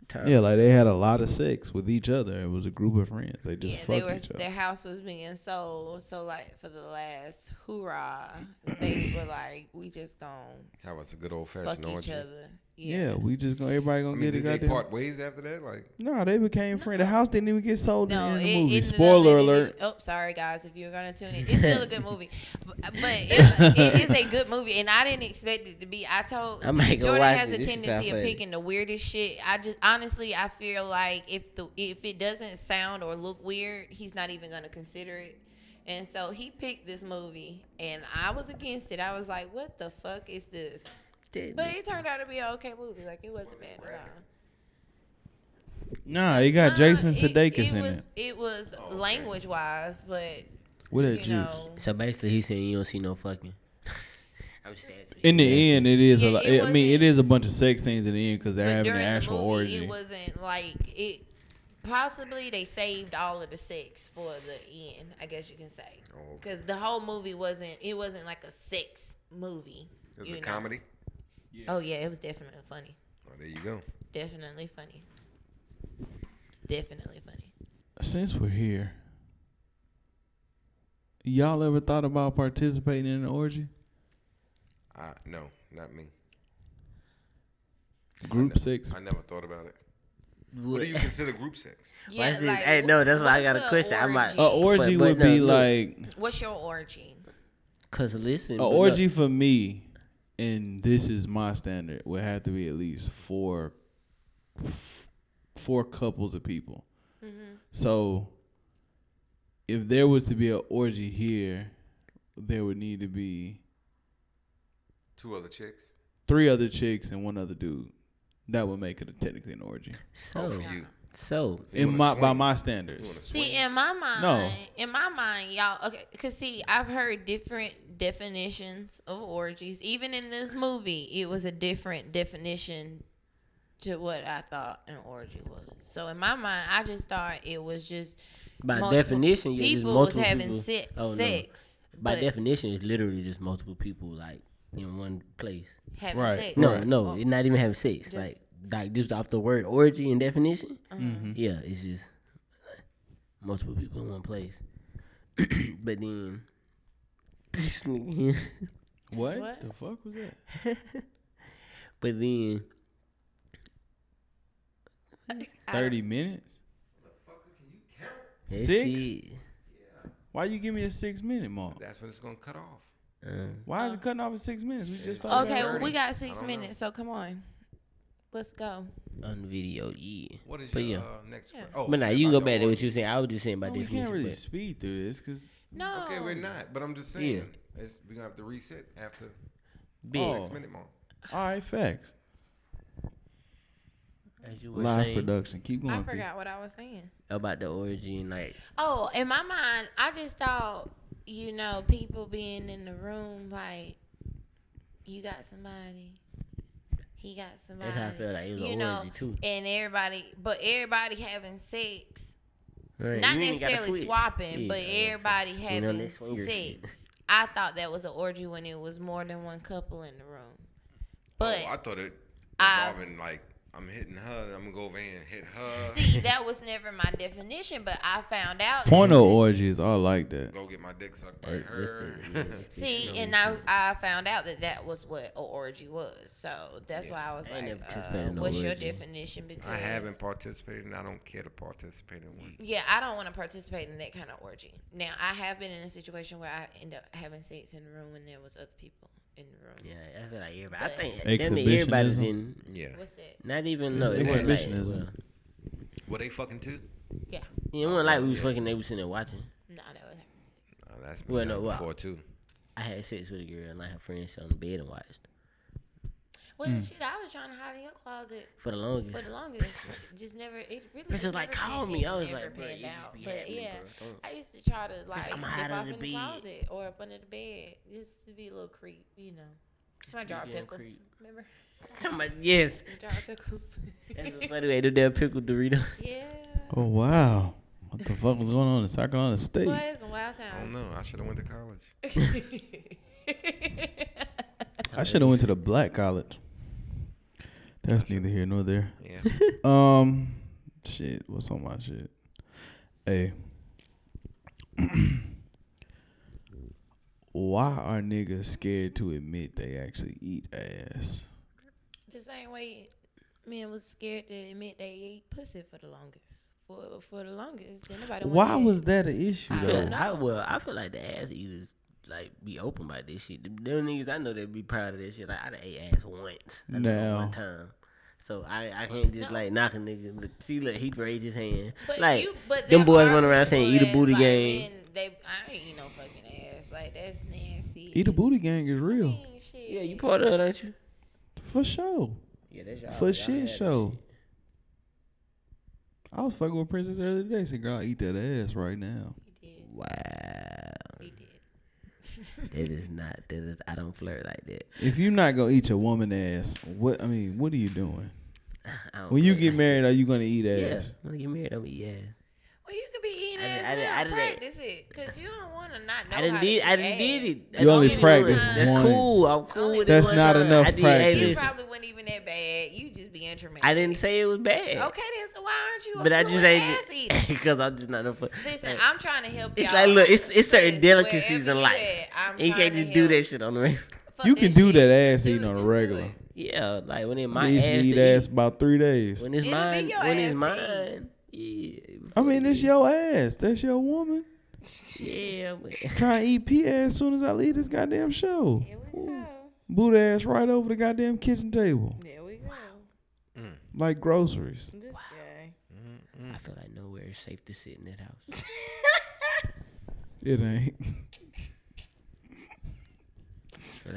E: time,
A: yeah, like they had a lot of sex with each other. It was a group of friends. They just
F: Yeah,
A: fucked
F: they were
A: each
F: their
A: other.
F: house was being sold, so like for the last hoorah, they were like, "We just gonna
D: How was a good old
F: fuck
D: fashioned
F: each
D: orgy?
F: other."
A: Yeah.
F: Yeah,
A: we just gonna everybody
D: I
A: gonna
D: mean,
A: get it.
D: did they
A: Goddamn.
D: part ways after that? Like,
A: No, they became friends. The house didn't even get sold in the
F: no,
A: end
F: it,
A: of the movie.
F: ended up
A: Spoiler
F: ending-
A: alert.
F: Oh, sorry guys, if you're gonna tune in, it's still a good movie, but, but it, it is a good movie, and I didn't expect it to be. I told
E: I might go
F: Jordan
E: watch
F: has
E: it.
F: a
E: This shit sound
F: tendency of
E: funny.
F: picking the weirdest shit. I just honestly, I feel like if the if it doesn't sound or look weird, he's not even gonna consider it. And so he picked this movie, and I was against it. I was like, "What the fuck is this?" But it turned out to be an okay movie. Like it wasn't bad at all.
A: Nah, it got
F: Nah,
A: Jason
F: it-
A: Sudeikis in
F: was,
A: it.
F: It was
D: Oh,
F: language wise, but
A: With that
F: you
A: juice.
F: know,
E: So basically, he's saying you don't see no fucking. I'm just saying.
A: In the end, it is a.
F: Yeah,
A: Lot,
F: it
A: I mean, it
F: wasn't-
A: is a bunch of sex scenes in the end because they're
F: but
A: having an
F: during
A: actual
F: the movie,
A: orgy.
F: it wasn't like it. Possibly they saved all of the sex for the end. I guess you can say
D: Oh.
F: because the whole movie wasn't. It wasn't like a sex movie.
D: it's
F: you
D: a
F: know.
D: comedy.
F: Oh yeah, it was definitely funny.
D: Oh, there you go.
F: Definitely funny. Definitely funny.
A: Since we're here, y'all ever thought about participating in an orgy?
D: I, no, not me.
A: Group sex?
D: I never thought about it. What do you
E: What?
D: consider group sex?
E: Why
F: Yeah,
E: is it- hey,
F: wh-
E: no, that's why I got a
F: what's
E: question. I might-
A: A
F: orgy?
A: orgy
E: but
A: would
E: no,
A: be
E: look.
A: like
F: What's your orgy?
E: Cause listen,
A: a orgy for me, and this is my standard. Would have to be at least four, f- four couples of people. So, if there was to be an orgy here, there would need to be
D: Two other chicks.
A: three other chicks and one other dude. That would make it a technically an orgy.
E: So,
D: Oh, for you.
E: so
A: In
D: wanna
A: my by
D: swing.
A: my
D: You
A: standards.
D: want to
F: See,
D: swing?
F: in my mind,
A: No.
F: in my mind, y'all, okay, because see, I've heard different definitions of orgies. Even in this movie, it was a different definition to what I thought an orgy was. So in my mind, I just thought it was just
E: by
F: multiple
E: definition, you're just
F: people
E: multiple
F: was having
E: people.
F: se-
E: Oh, no.
F: sex,
E: By
F: but
E: definition, it's literally just multiple people like in one place.
F: having
A: Right.
F: sex. Oh.
E: No,
A: Right.
E: no, it not even having sex. like, like just off the word orgy and definition.
A: Mm-hmm.
E: Yeah, it's just multiple people in one place. but then this nigga here.
A: What?
F: What?
A: the fuck was that?
E: but then
A: Thirty minutes?
E: that's
A: Six?
E: it.
A: Why you give me a six minute mark?
D: That's when it's gonna cut off.
E: Uh,
A: Why is it cutting off at six minutes? We just started.
F: Uh, Okay,
A: at
F: well,
A: 30.
F: we got six
D: don't know.
F: minutes, so come on, let's go.
E: on the video. Yeah.
D: What is
E: but
D: your
E: yeah.
D: uh, next? que- Oh,
E: but now you can go back to what you saying. I was just saying by
A: we
E: definition.
A: can't really
E: but-
A: speed through this because
F: No,
D: Okay, we're not. But I'm just saying, it's, we're gonna have to reset after
E: Big.
A: Oh.
D: six minute mark.
A: all right, facts. oh.
E: As you were
A: Live
E: saying
A: production. Keep going.
F: I
A: P.
F: forgot what I was saying.
E: about the orgy and like
F: Oh, in my mind, I just thought, you know, people being in the room, like, you got somebody, he got somebody.
E: that's how I feel like it was
F: you
E: an
F: know,
E: orgy too.
F: and everybody, but everybody having sex,
E: Right,
F: not
E: you ain't gotta
F: necessarily
E: switch.
F: swapping,
E: Yeah,
F: but
E: that's
F: everybody
E: true. You know,
F: having
E: that's swinger shit.
F: sex. I thought that was an orgy when it was more than one couple in the room. But
D: oh, I thought it
F: I-
D: involving like I'm hitting her and I'm gonna go over here and hit her.
F: see, that was never my definition, but I found out. that-
A: Porno orgies are like that.
D: Go get my dick sucked by
E: Hey,
D: her.
E: listen,
F: See, and I I found out that that was what an orgy was. So that's why I was
E: I ain't never
F: like,
E: participated
F: uh,
E: in no
F: "What's your
E: orgy.
F: definition?" Because
D: I haven't participated and I don't care to participate in one.
F: Yeah, I don't want to participate in that kind of orgy. Now, I have been in a situation where I end up having sex in the room when there was other people in the room.
E: Yeah, I feel like everybody. I think
A: But-
E: that mean everybody's
A: Exhibitionism?
E: in.
D: Yeah.
F: What's that?
E: Not even no. It wasn't like,
A: Exhibitionism.
E: well,
D: Were they fucking too?
F: Yeah,
E: yeah, it wasn't like we was fucking. They was sitting there watching.
F: no, that was happening.
D: Oh, that's been
E: Well,
D: done
E: no, well,
D: before too.
E: I had sex with a girl and like her friend sat on the bed and watched.
F: Well, shit, I was trying to hide in your closet
E: for the longest.
F: for the longest. It just never, it really.
E: This is
F: never
E: like,
F: pan-
E: call
F: it
E: me. I was
F: never
E: like, bruh,
F: panned
E: you just
F: out.
E: be
F: But
E: happening,
F: yeah,
E: bruh. Uh.
F: I used to try to like
E: I'm
F: dip
E: hiding
F: off
E: the
F: in
E: bed.
F: the closet or up under the bed just to be a little creep, you know. My jar of
E: damn
F: pickles,
E: creep.
F: remember?
E: I'm like, yes.
F: My jar of pickles.
E: That's a funny way to damn pickle Dorito.
F: yeah.
A: Oh wow. What the fuck was going on in Sacramento State?
F: Boy, it's a wild
D: I don't
F: time.
D: know. I should have went to college.
A: I should have went to the black college. That's neither here nor there.
D: Yeah.
A: Um, shit. What's on my shit? Hey, why are niggas scared to admit they actually eat ass?
F: The same way men was scared to admit they ate pussy for the longest. For for the longest, then nobody. wanted
A: Why
F: that.
A: was that an issue
E: I
A: though?
E: feel, I well, I feel like the ass eaters like be open about this shit. Them, them niggas I know they be proud of this shit. Like I done ate ass once, I done
A: No.
E: one time. So I, I can't just like knock a nigga. Look, see, look, he raised his hand.
G: But
E: like
G: you, but
E: them
G: there
E: boys
G: are
E: run around saying
G: people
E: eat a booty
G: that's, like,
E: game.
G: men, They, I ain't eat no fucking ass. Like that's nasty.
A: Eat a
G: It's
A: booty gang is real
G: mean shit.
E: Yeah, you part of it, ain't you?
A: for sure.
E: Yeah, that's y'all.
A: For
E: y'all had
A: shit
E: that
A: show.
E: shit.
A: I was fucking with Princess earlier today. Said, "Girl, I eat that ass right now."
E: Wow, that is not. That is. I don't flirt like that.
A: If you're not gonna eat your woman ass, what I mean, what are you doing?
E: I don't
A: When you
E: flirt
A: get
E: like-
A: married, are you gonna eat
E: yeah,
A: ass?
E: when I get married, I'm eat ass.
G: Well, you could be eating
E: I done-
G: ass
E: I done-
G: now.
E: I done ate-
G: Practice it, cause you don't want to not know
E: I didn't
G: how to
E: did.
G: eat
E: I didn't did
G: ass.
E: it. I
A: You
E: done
A: only
E: did it
A: practice
E: once. That's
A: once.
E: cool. I'm cool
G: Only
E: with it.
A: That's
E: one
A: not
E: time.
A: enough
E: I did
A: practice.
G: You
E: A-list.
G: probably wasn't even that bad. You just being dramatic.
E: I didn't say it was bad.
G: Okay, then so why aren't you a
E: But I just
G: ain't ass
E: ain't
G: eater?
E: because I'm just not a fun.
G: Listen,
E: like,
G: I'm trying to help
E: it's
G: y'all.
E: like look, it's it's certain
G: Listen,
E: delicacies
G: wherever
E: in
G: you
E: life.
G: at, I'm
E: And you
G: trying
E: can't
G: to
E: just do
G: help.
E: that shit on the regular.
G: Fuck
A: You can do
G: shit.
A: that ass
G: Just do
A: eating
G: it,
A: on a
G: just do it.
A: regular.
E: Yeah, like when it's
A: I
E: my
A: used
E: ass,
A: to
E: to
A: eat
E: eat,
A: ass about three days.
E: when it's
G: It'll be
E: mine,
G: your
E: when
G: ass
E: it's
G: to
E: mine. Yeah,
A: I
E: before
A: mean,
E: you
A: it's
E: eat.
A: your ass. That's your woman.
E: Yeah, but-
A: Try and eat pee ass as soon as I leave this goddamn show.
F: Here we go.
A: Boot ass right over the goddamn kitchen table,
F: There we go.
A: like groceries.
F: This guy.
G: Mm.
E: I feel like nowhere is safe to sit in that house.
A: It ain't.
E: That's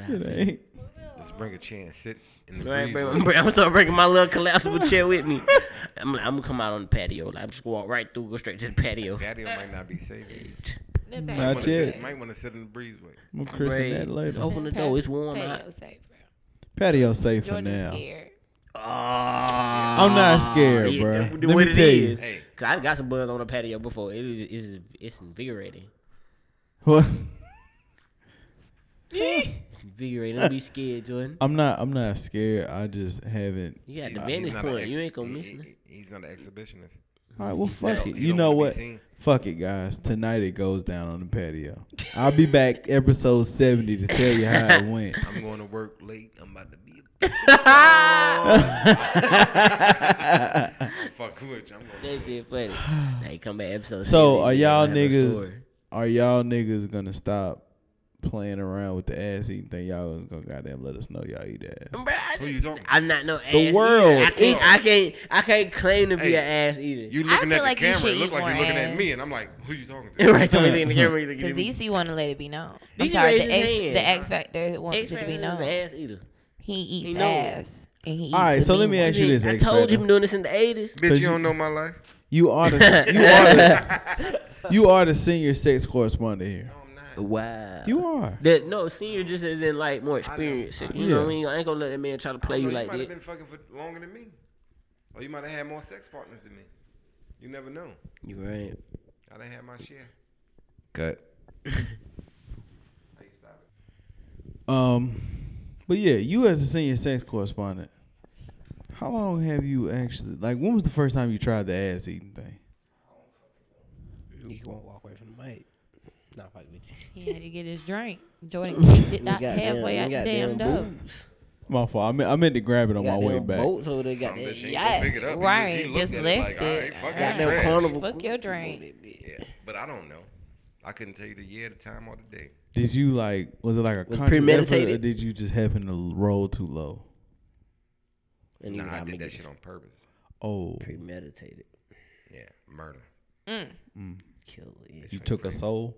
A: It
E: what I feel.
A: ain't.
D: Just bring a chance. Sit in the
E: Right,
D: breeze.
E: bro, I'm gonna start bringing my little collapsible chair with me. I'm, I'm gonna come out on the patio. Like, I'm just gonna walk right through, go straight to the patio.
D: Daddy might not be safe. You
G: The
A: Not
D: wanna
G: patio
A: yet.
D: sit-
G: safe.
D: might want to sit in the breezeway.
A: I'm christening
E: Right.
A: that later.
E: Open the door. It's warm out.
G: Patio safe, bro.
A: Patio safe for
G: Jordan's
A: now.
G: scared.
E: I'm Ah.
A: I'm not scared, bruh. Let me tell you.
D: Hey,
E: Cause I got some buds on the patio before. It is it's, it's invigorating.
A: What?
E: It's invigorating. Don't be scared, Jordan.
A: I'm not. I'm not scared. I just haven't.
E: You got
D: he's
E: the
D: not-
E: vantage
D: he's not an
E: point. You
D: ex- eh,
E: ain't gonna
D: he-
E: miss nothing.
D: he- He's not an exhibitionist.
A: All right. Well, fuck
D: don't-
A: it.
D: he
A: You
D: don't
A: know
D: wanna be
A: what?
D: seen.
A: Fuck it, guys. Tonight it goes down on the patio. I'll be back episode seventy to tell you how it went.
D: I'm going to work late. I'm about to be. I'm fucking with you. I'm going.
E: That shit funny. now you come back episode.
A: So
E: 70,
A: are
E: you
A: y'all
E: gonna have a
A: niggas?
E: story.
A: Are y'all niggas gonna stop playing around with the ass eating thing? Y'all is gonna goddamn let us know y'all eat ass.
E: Bruh, I
D: Who
E: just-
D: you talking? to?
E: I'm not no ass. eater.
A: world
E: I can't. I can't. I can't claim to be
D: Hey,
E: an ass either.
D: You
G: I
D: looking
G: feel
D: at the
G: like you
D: camera.
G: should
D: It look
G: eat
D: like
G: more
D: you're looking at me,
G: ass.
D: and I'm like, who you talking to?
E: right? Somebody in the camera. either
G: Cause
E: give me-
G: DC want to let it be known. I'm
E: DC
G: sorry,
E: raised
G: the
E: his
G: X,
E: hand.
G: the X Factor wants
E: X
G: it to be
E: Factor is an
G: known.
E: ass either.
G: He eats
E: He know.
G: ass, and he eats.
A: All right.
G: the
A: So let
G: mean
A: me
G: one.
A: ask you this,
E: I
A: X
E: told you
A: Factor.
E: been doing this in the eighties.
D: Bitch, you don't know my life.
A: You are the you are the you are the senior sex correspondent here.
D: No, I'm not.
E: Wow.
A: You are.
E: That no senior just as in like more experience. You know what I
A: Yeah.
E: mean? I ain't gonna let that man try to
D: I
E: play
D: don't
E: you
D: know,
E: like
D: might
E: that.
D: have been fucking for longer than me, or you might have had more sex partners than me. You never know.
E: You right.
D: I done had my share. Cut. How you stop it?
A: Um, but yeah, you as a senior sex correspondent, how long have you actually like? When was the first time you tried the ass eating thing?
E: You won't walk away from the mic. Not fuck with you.
F: He had to get his drink. Jordan kicked it out halfway out the damn door.
A: My fault. I meant, I meant to grab it on my way back.
E: Boats over there, got
D: Some bitch ain't
E: yacht.
D: gonna pick it up. He
G: Right,
D: He,
G: just
D: looked at
G: lift
D: it. Like,
G: it.
D: all right, fuck
G: Got
D: it's
E: Goddamn
D: trash.
E: carnival.
G: Fuck your
E: group on
G: drink.
E: that bitch.
D: Yeah, but I don't know. I couldn't tell you the year, the time, or the day.
A: Did you like? Was it like a
E: Was
A: conscious effort, or
E: premeditated?
A: did you just happen to l- roll too low?
E: And you
D: nah, I
E: gotta
D: did
E: make
D: that
E: it
D: shit on purpose.
A: Oh,
E: Premeditated.
D: Yeah, murder.
E: Kill it.
A: you took a soul.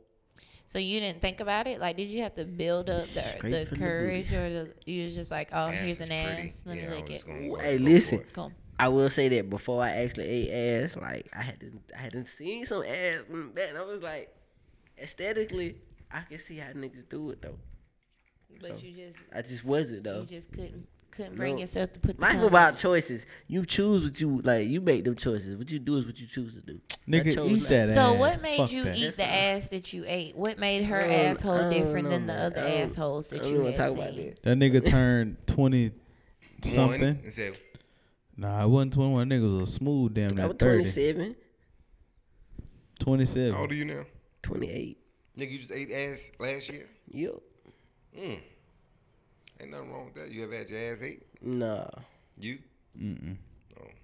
F: So you didn't think about it? Like, did you have to build up
E: Straight
F: the, the
E: from the
F: courage, or the, you was just like, oh,
D: Ass
F: here's
D: is
F: an
D: pretty.
F: ass, let
D: Yeah,
F: me
D: I'm
F: lick
D: just
F: it.
D: gonna
E: Ooh,
D: go-
E: hey,
D: go
E: listen.
D: for it.
F: Cool.
E: I will say that before I actually ate ass, like I hadn't I hadn't seen some ass from that. I was like, aesthetically, I can see how niggas do it though.
F: But you just
E: I just wasn't
F: you
E: though.
F: just couldn't couldn't bring
E: No.
F: yourself to put the.
E: Mine
F: condom
E: about choices. You choose what you like. You make them choices. What you do is what you choose to do. I
A: Nigga,
E: chose
A: eat
E: not-
A: that
F: on.
A: ass.
F: So what made
A: Fuck
F: you
A: that.
F: eat the ass that you ate? What made her
E: Um, I
F: asshole
E: don't
F: different
E: know,
F: than the
E: man.
F: other
E: I don't-
F: assholes
E: I
F: that
E: don't
F: you
E: wanna
F: had
E: talk about
F: seen?
E: that.
A: That nigga turned 20
D: One
A: something.
D: and said,
A: Nah, it wasn't 21. That nigga was a smooth damn
E: I
A: near
E: was
A: 30.
E: 27,
A: 27.
D: "How old are you now?
E: 28.
D: Nigga, you just ate ass last year.
E: Yep.
D: Mm. Ain't nothing wrong with that. You ever had your ass ate?
E: Nah.
D: You?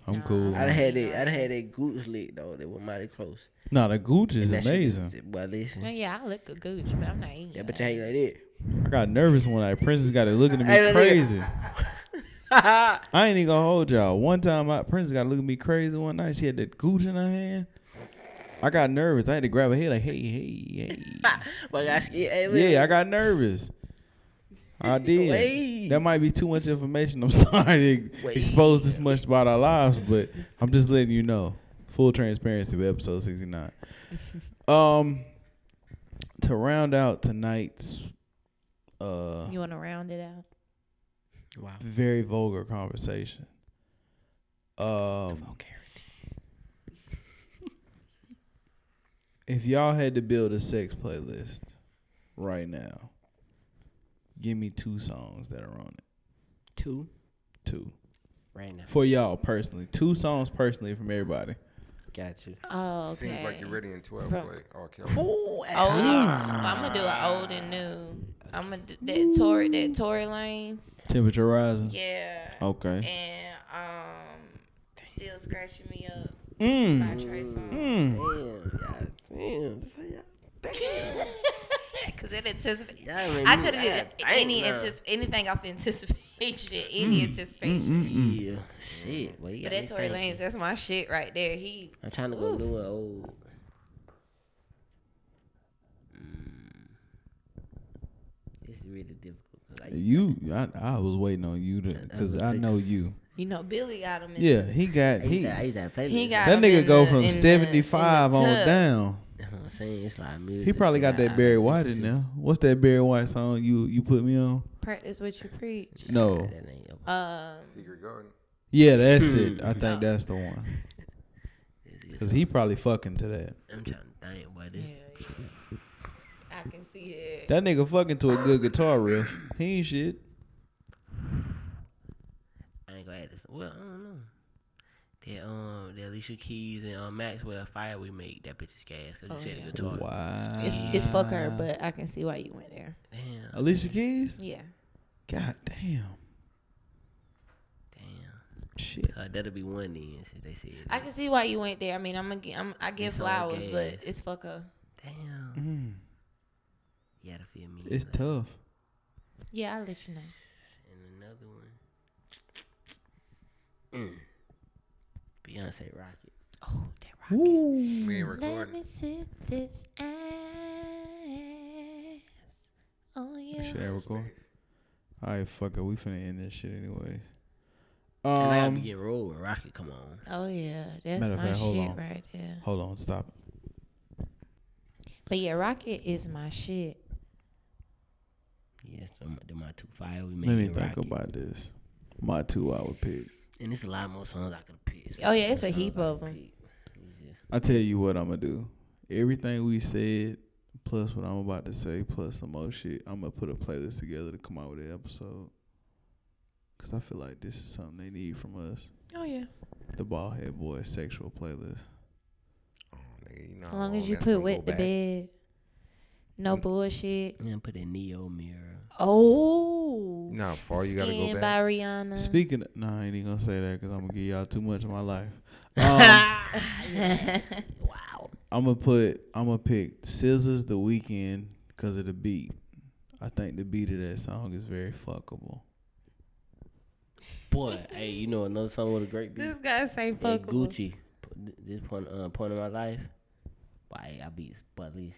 A: I'm cool.
E: I'd had it. I'd had that gooch lick though. That was mighty close.
A: Nah, the Gooch is
E: That shit is-
A: amazing.
E: Boy, listen.
F: No, Oh, yeah, I look a gooch, but I'm not eating.
E: That
F: your
E: bitch ain't
F: ass.
E: like that.
A: I got nervous when that Princess got it looking at me
E: Hey, that nigga-
A: crazy. I ain't even gonna hold y'all. One time, my Princess got looking at me crazy one night. She had that Gooch in her hand. I got nervous. I had to grab her head like, hey, hey, hey.
E: But I scared. Hey, look.
A: Yeah, I got nervous. I did.
E: Wait.
A: That might be too much information. I'm sorry to
E: Wait.
A: expose this much about our lives, but I'm just letting you know. Full transparency with episode 69. Um, to round out tonight's uh
F: You want to round it out?
E: Wow.
A: very vulgar conversation. Um,
E: Okay.
A: if y'all had to build a sex playlist right now, give me two songs that are on it.
E: Two
A: Two.
E: right now.
A: for y'all personally. Two songs personally from everybody.
E: Got you.
F: Oh, okay.
D: Seems like you're ready in 12
F: Bro.
D: play. Oh, Kelly.
E: Ooh,
F: Old and, I'm gonna do an old and new. I'm gonna do that Tory that Tory Lanes.
A: Temperature rising.
F: Yeah.
A: Okay.
F: And um, still scratching me up by
A: Mm.
F: Trey Songz.
A: Mm.
E: Damn. Y'all, damn. This how y'all-
A: Mm.
E: Damn.
F: Cause it anticipated.
E: Y'all made
F: I
E: me-
F: could have
E: God
F: did
E: dang,
F: any
E: nah.
F: anticip- anything off anticipation, any
A: mm,
F: anticipation.
E: Yeah. Shit. Well, you
F: But
E: got
F: that
E: me
F: Tory
E: thinking.
F: Lanez, that's my shit right there. He
E: I'm trying to go new and old. Mm. It's really difficult. 'cause I used
A: You, I, I was waiting on you to, cause
E: was
A: I
E: six.
A: know you.
F: you know Billy got him in
A: Yeah, he got
E: to- I used
A: he.
E: to- I used to have playlists.
F: He got
A: That
F: him
A: nigga
F: in
A: go
F: the-
A: from
F: in the- in the
A: seventy five on
F: tub.
A: down.
E: You know what I'm saying? It's like music.
A: He probably got that Barry White in
E: now.
A: there. What's that Barry White song you you put me on?
F: Practice what you preach.
A: No.
E: That ain't your
F: Um,
D: Secret Garden.
A: Yeah, that's it. I think that's the one. Cause he probably fucking to that.
E: I'm trying to think what it
F: yeah,
E: is.
F: yeah. I can see that.
A: That nigga fucking to a good guitar riff. He ain't shit.
E: I ain't gonna add this. Well, I don't know. That um, that Alicia Keys and um, Maxwell Fire we made that bitch is gas because
F: Oh,
E: you said
F: yeah.
E: the guitar.
A: Wow.
F: It's it's fuck her, but I can see why you went there.
E: Damn,
F: Oh.
A: Alicia Keys.
F: Yeah.
A: God damn.
E: damn.
A: Shit.
E: Uh, that'll be one then. Since they said.
F: I
E: that.
F: can see why you went there. I mean, I'm gonna get, I'm, I give
E: It's all
F: flowers, but
E: gas.
F: it's fuck her.
E: Damn.
F: Mm-hmm.
A: Mm.
E: You gotta feel me.
A: It's
E: like-
A: tough.
F: Yeah, I'll let you know.
E: And another one. Mm. Beyonce Rocket.
F: Oh, that rocket.
D: We ain't
F: Let
D: recording.
F: me sit this ass on you.
A: Shit, that record. All right, fuck it. We finna end this shit anyways.
E: and I gotta be
A: Um,
E: getting rolled when Rocket come on.
F: Oh yeah, that's
A: Matter of
F: my
A: fact, hold
F: shit
A: on.
F: right there.
A: hold on, stop.
F: But yeah, Rocket is my shit.
E: Yes, yeah, so my two fire we made.
A: Let me
E: and
A: think
E: Rocket.
A: about this. My two hour pick.
E: And it's a lot more songs I could pick.
F: Oh, yeah, it's a
E: Songs I
F: heap
E: could
F: of 'em.
E: pick. It's just-
A: I tell you what I'm gonna do. Everything we said, plus what I'm about to say, plus some more shit. I'm gonna put a playlist together to come out with an episode. Cause I feel like this is something they need from us.
F: Oh yeah.
A: The Ballhead Boy sexual playlist.
D: Oh, nigga, you know
F: As
D: how
F: long as
D: long
F: you
D: that's
F: put
D: gonna
F: wet
D: go
F: to
D: back.
F: bed. No bullshit.
E: And then put a Neo mirror.
F: Oh.
D: You know how far you gotta go
F: Skin
D: back.
F: by Rihanna.
A: Speaking, of, nah, I ain't even gonna say that because I'm gonna give y'all too much of my life. Um,
E: Wow.
A: I'm gonna put, I'm gonna pick Scissors the weekend because of the beat. I think the beat of that song is very fuckable.
E: Boy, hey, you know another song with a great beat?
F: This guy say
E: That
F: fuck
E: Gucci. P- This point, uh, point in my life. Why I beat, but listen.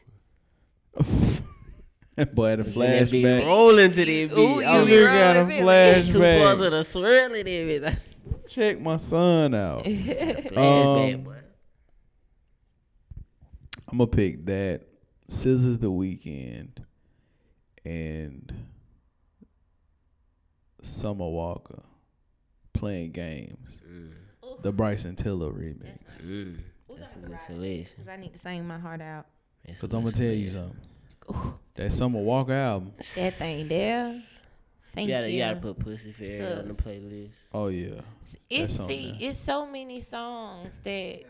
A: That boy had a
E: That be
A: flashback.
E: rolling to the beat.
F: Ooh,
E: I
F: you
E: was
A: You
F: rolling
A: got a
F: it, like,
E: two bars of
A: flashback.
E: the swirling in it.
A: Check my son out.
E: Flashback,
A: Um,
E: boy.
A: I'm gonna pick that. Scissors the weekend, and Summer Walker playing games. The Bryson Tiller remix.
E: Mm, that's a good selection.
F: Cause I need to sing my heart out.
E: That's a
A: Cause I'm gonna
E: good
A: tell you
E: selection.
A: something. That Summer Walker album.
F: That thing there. Thank
E: You gotta, you
F: you.
E: gotta put Pussy Fairy on the
F: Sus.
E: playlist.
A: Oh yeah.
F: It's
A: song
F: see,
A: there.
F: it's so many songs that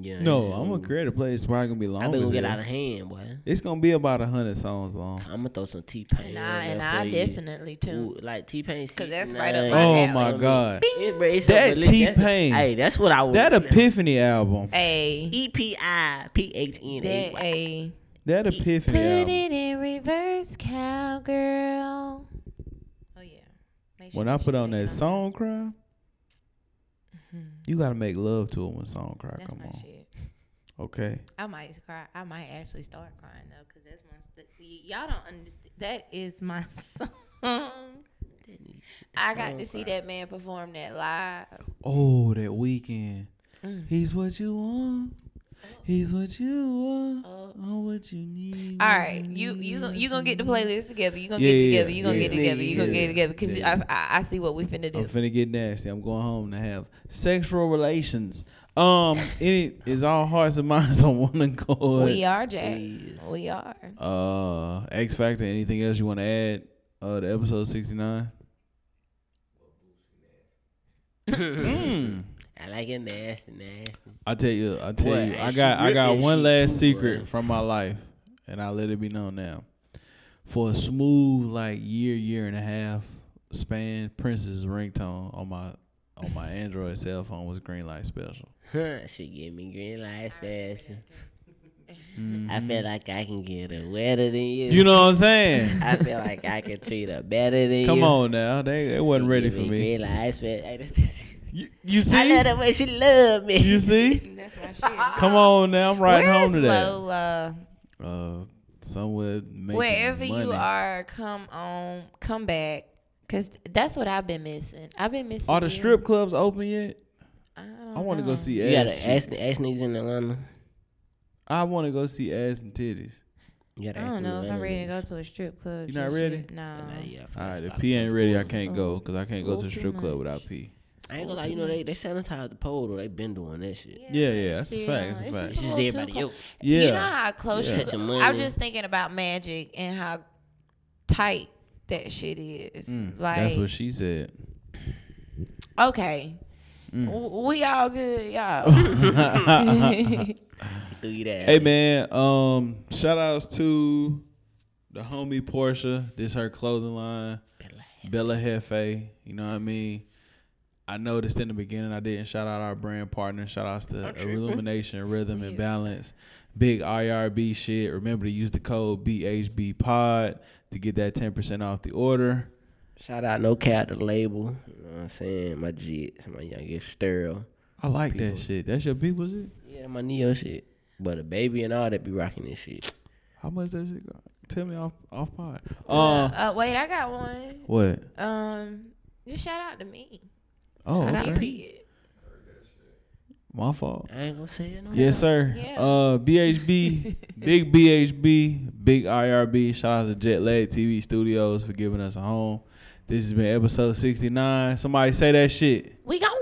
E: Yeah,
A: No,
E: it's-
A: I'm gonna create a place where I gonna be long.
E: I think
A: as
E: gonna get
A: hell.
E: out of hand, boy.
A: It's gonna be about a hundred songs long.
E: I'm gonna throw some T Pain.
F: and I and I definitely too.
E: Ooh, like T Pain.
F: Cause that's right up my
A: Oh
F: alley.
A: my god.
E: It, bro, it's
A: That
E: a religion. That's a-
A: T-Pain.
E: Hey, that's what I was.
A: That Epiphany album.
F: A
E: E P I P H N A
F: that
E: Y.
F: a
A: That Epiphany
F: put
A: album.
F: it in reverse, cowgirl. Oh yeah. Make sure
A: When I
F: that
A: put
F: shit
A: on
F: be
A: that song cry, you gotta make love to it when song cry
F: Mm-hmm. That's
A: come
F: my
A: on.
F: shit.
A: Okay.
F: I might cry. I might actually start crying though, cause that's my. th- y- y'all don't understand. That is my song. I got to see that man perform that live.
A: Oh, that weekend.
F: Mm.
A: He's what you want. He's what you want.
F: Oh.
A: Oh, what you need.
F: All right, you you gon- you gonna get the playlist together. You gonna
A: Yeah,
F: get
A: yeah,
F: together. You gonna
A: yeah.
F: get together. You gonna
A: Yeah,
F: get together because
A: yeah.
F: I, I I see what we finna
A: I'm
F: do.
A: finna get nasty. I'm going home to have sexual relations. Um, it is all hearts and minds on one accord.
F: We are Jack. We are.
A: Uh, X Factor. Anything else you want to add? Uh, to episode sixty nine.
E: I like it nasty, nasty.
A: I tell you, I tell
E: Boy,
A: you, I
E: and she
A: got, I
E: ripped
A: got
E: that
A: one
E: shit
A: last
E: too,
A: secret
E: boy.
A: from my life, and I let it be known now. For a smooth like year, year and a half span, Prince's ringtone on my on my Android cell phone was green light special.
E: Huh, she give me green lights fashion. I feel like I can get her wetter than you.
A: You know what I'm saying?
E: I feel like I can treat her better than you.
A: Come on now, they they wasn't
E: She
A: ready
E: give
A: for me.
E: Green lights fashion. Hey, that's- that's-
A: You, you
E: I
A: see,
E: love the way she love me.
A: you see.
F: That's my shit.
A: Come on now, I'm riding
F: Where
A: home
F: is
A: today.
F: Lola?
A: Uh, somewhere making
F: Wherever you
A: money.
F: are, come on, come back. Cause that's what I've been missing. I've been missing.
A: Are the
F: you.
A: strip clubs open yet?
F: I,
A: I want to go see
E: You
A: ass.
E: gotta ask,
A: cheeks.
E: ask niggas in Atlanta.
A: I want to go see ass and titties.
E: You gotta
F: I
E: ask
F: don't
E: them
F: know if I'm
E: Atlanta
F: ready to go um,
E: niggas.
F: to a strip club.
A: You not
F: just
A: ready?
F: yet. No.
E: Nah, yeah, if I
A: All right, if
E: stop
A: P ain't ready, I
E: posting.
A: can't go because I can't go to the
F: too
A: strip club
F: much.
A: without P.
E: I ain't gonna lie, you know they they sanitized the pole though. They been doing that shit.
A: Yeah, yeah, that's a
F: still,
A: fact. That's a
F: it's
A: fact.
E: It's
F: It's a
E: just
F: little
E: everybody
F: too
E: else.
A: yeah.
F: You know how close
E: Yeah.
F: you
E: Touch your
F: I'm
E: money.
F: just thinking about magic and how tight that shit is.
A: Mm,
F: like,
A: That's what she said.
F: okay,
A: Mm.
F: W- we all good,
A: Uh-huh.
F: y'all.
E: Do you that?
A: Hey man, um, shout outs to the homie Portia. This her clothing line, Bella Hefe. You know what I mean? I noticed in the beginning I didn't shout out our brand partner. Shout outs to Illumination, Rhythm and Balance, Big IRB shit. Remember to use the code BHB Pod to get that ten percent off the order.
E: Shout out no cap to the label. You know what I'm saying? My jits, my youngest sterile.
A: I like that shit. That's your people shit.
E: Yeah, my neo shit. But a baby and all that be rocking this shit.
A: How much that shit got? Tell me off off pod. Uh,
F: uh, wait, I got one.
A: what?
F: Um, just shout out to me.
A: Oh, okay.
F: Period.
A: my fault.
E: I ain't gonna say it no.
A: Yes, sir.
F: Yeah.
A: Uh, BHB, big BHB, big IRB. Shout out to Jet Lag TV Studios for giving us a home. This has been episode 69. Somebody say that shit.
F: We gonna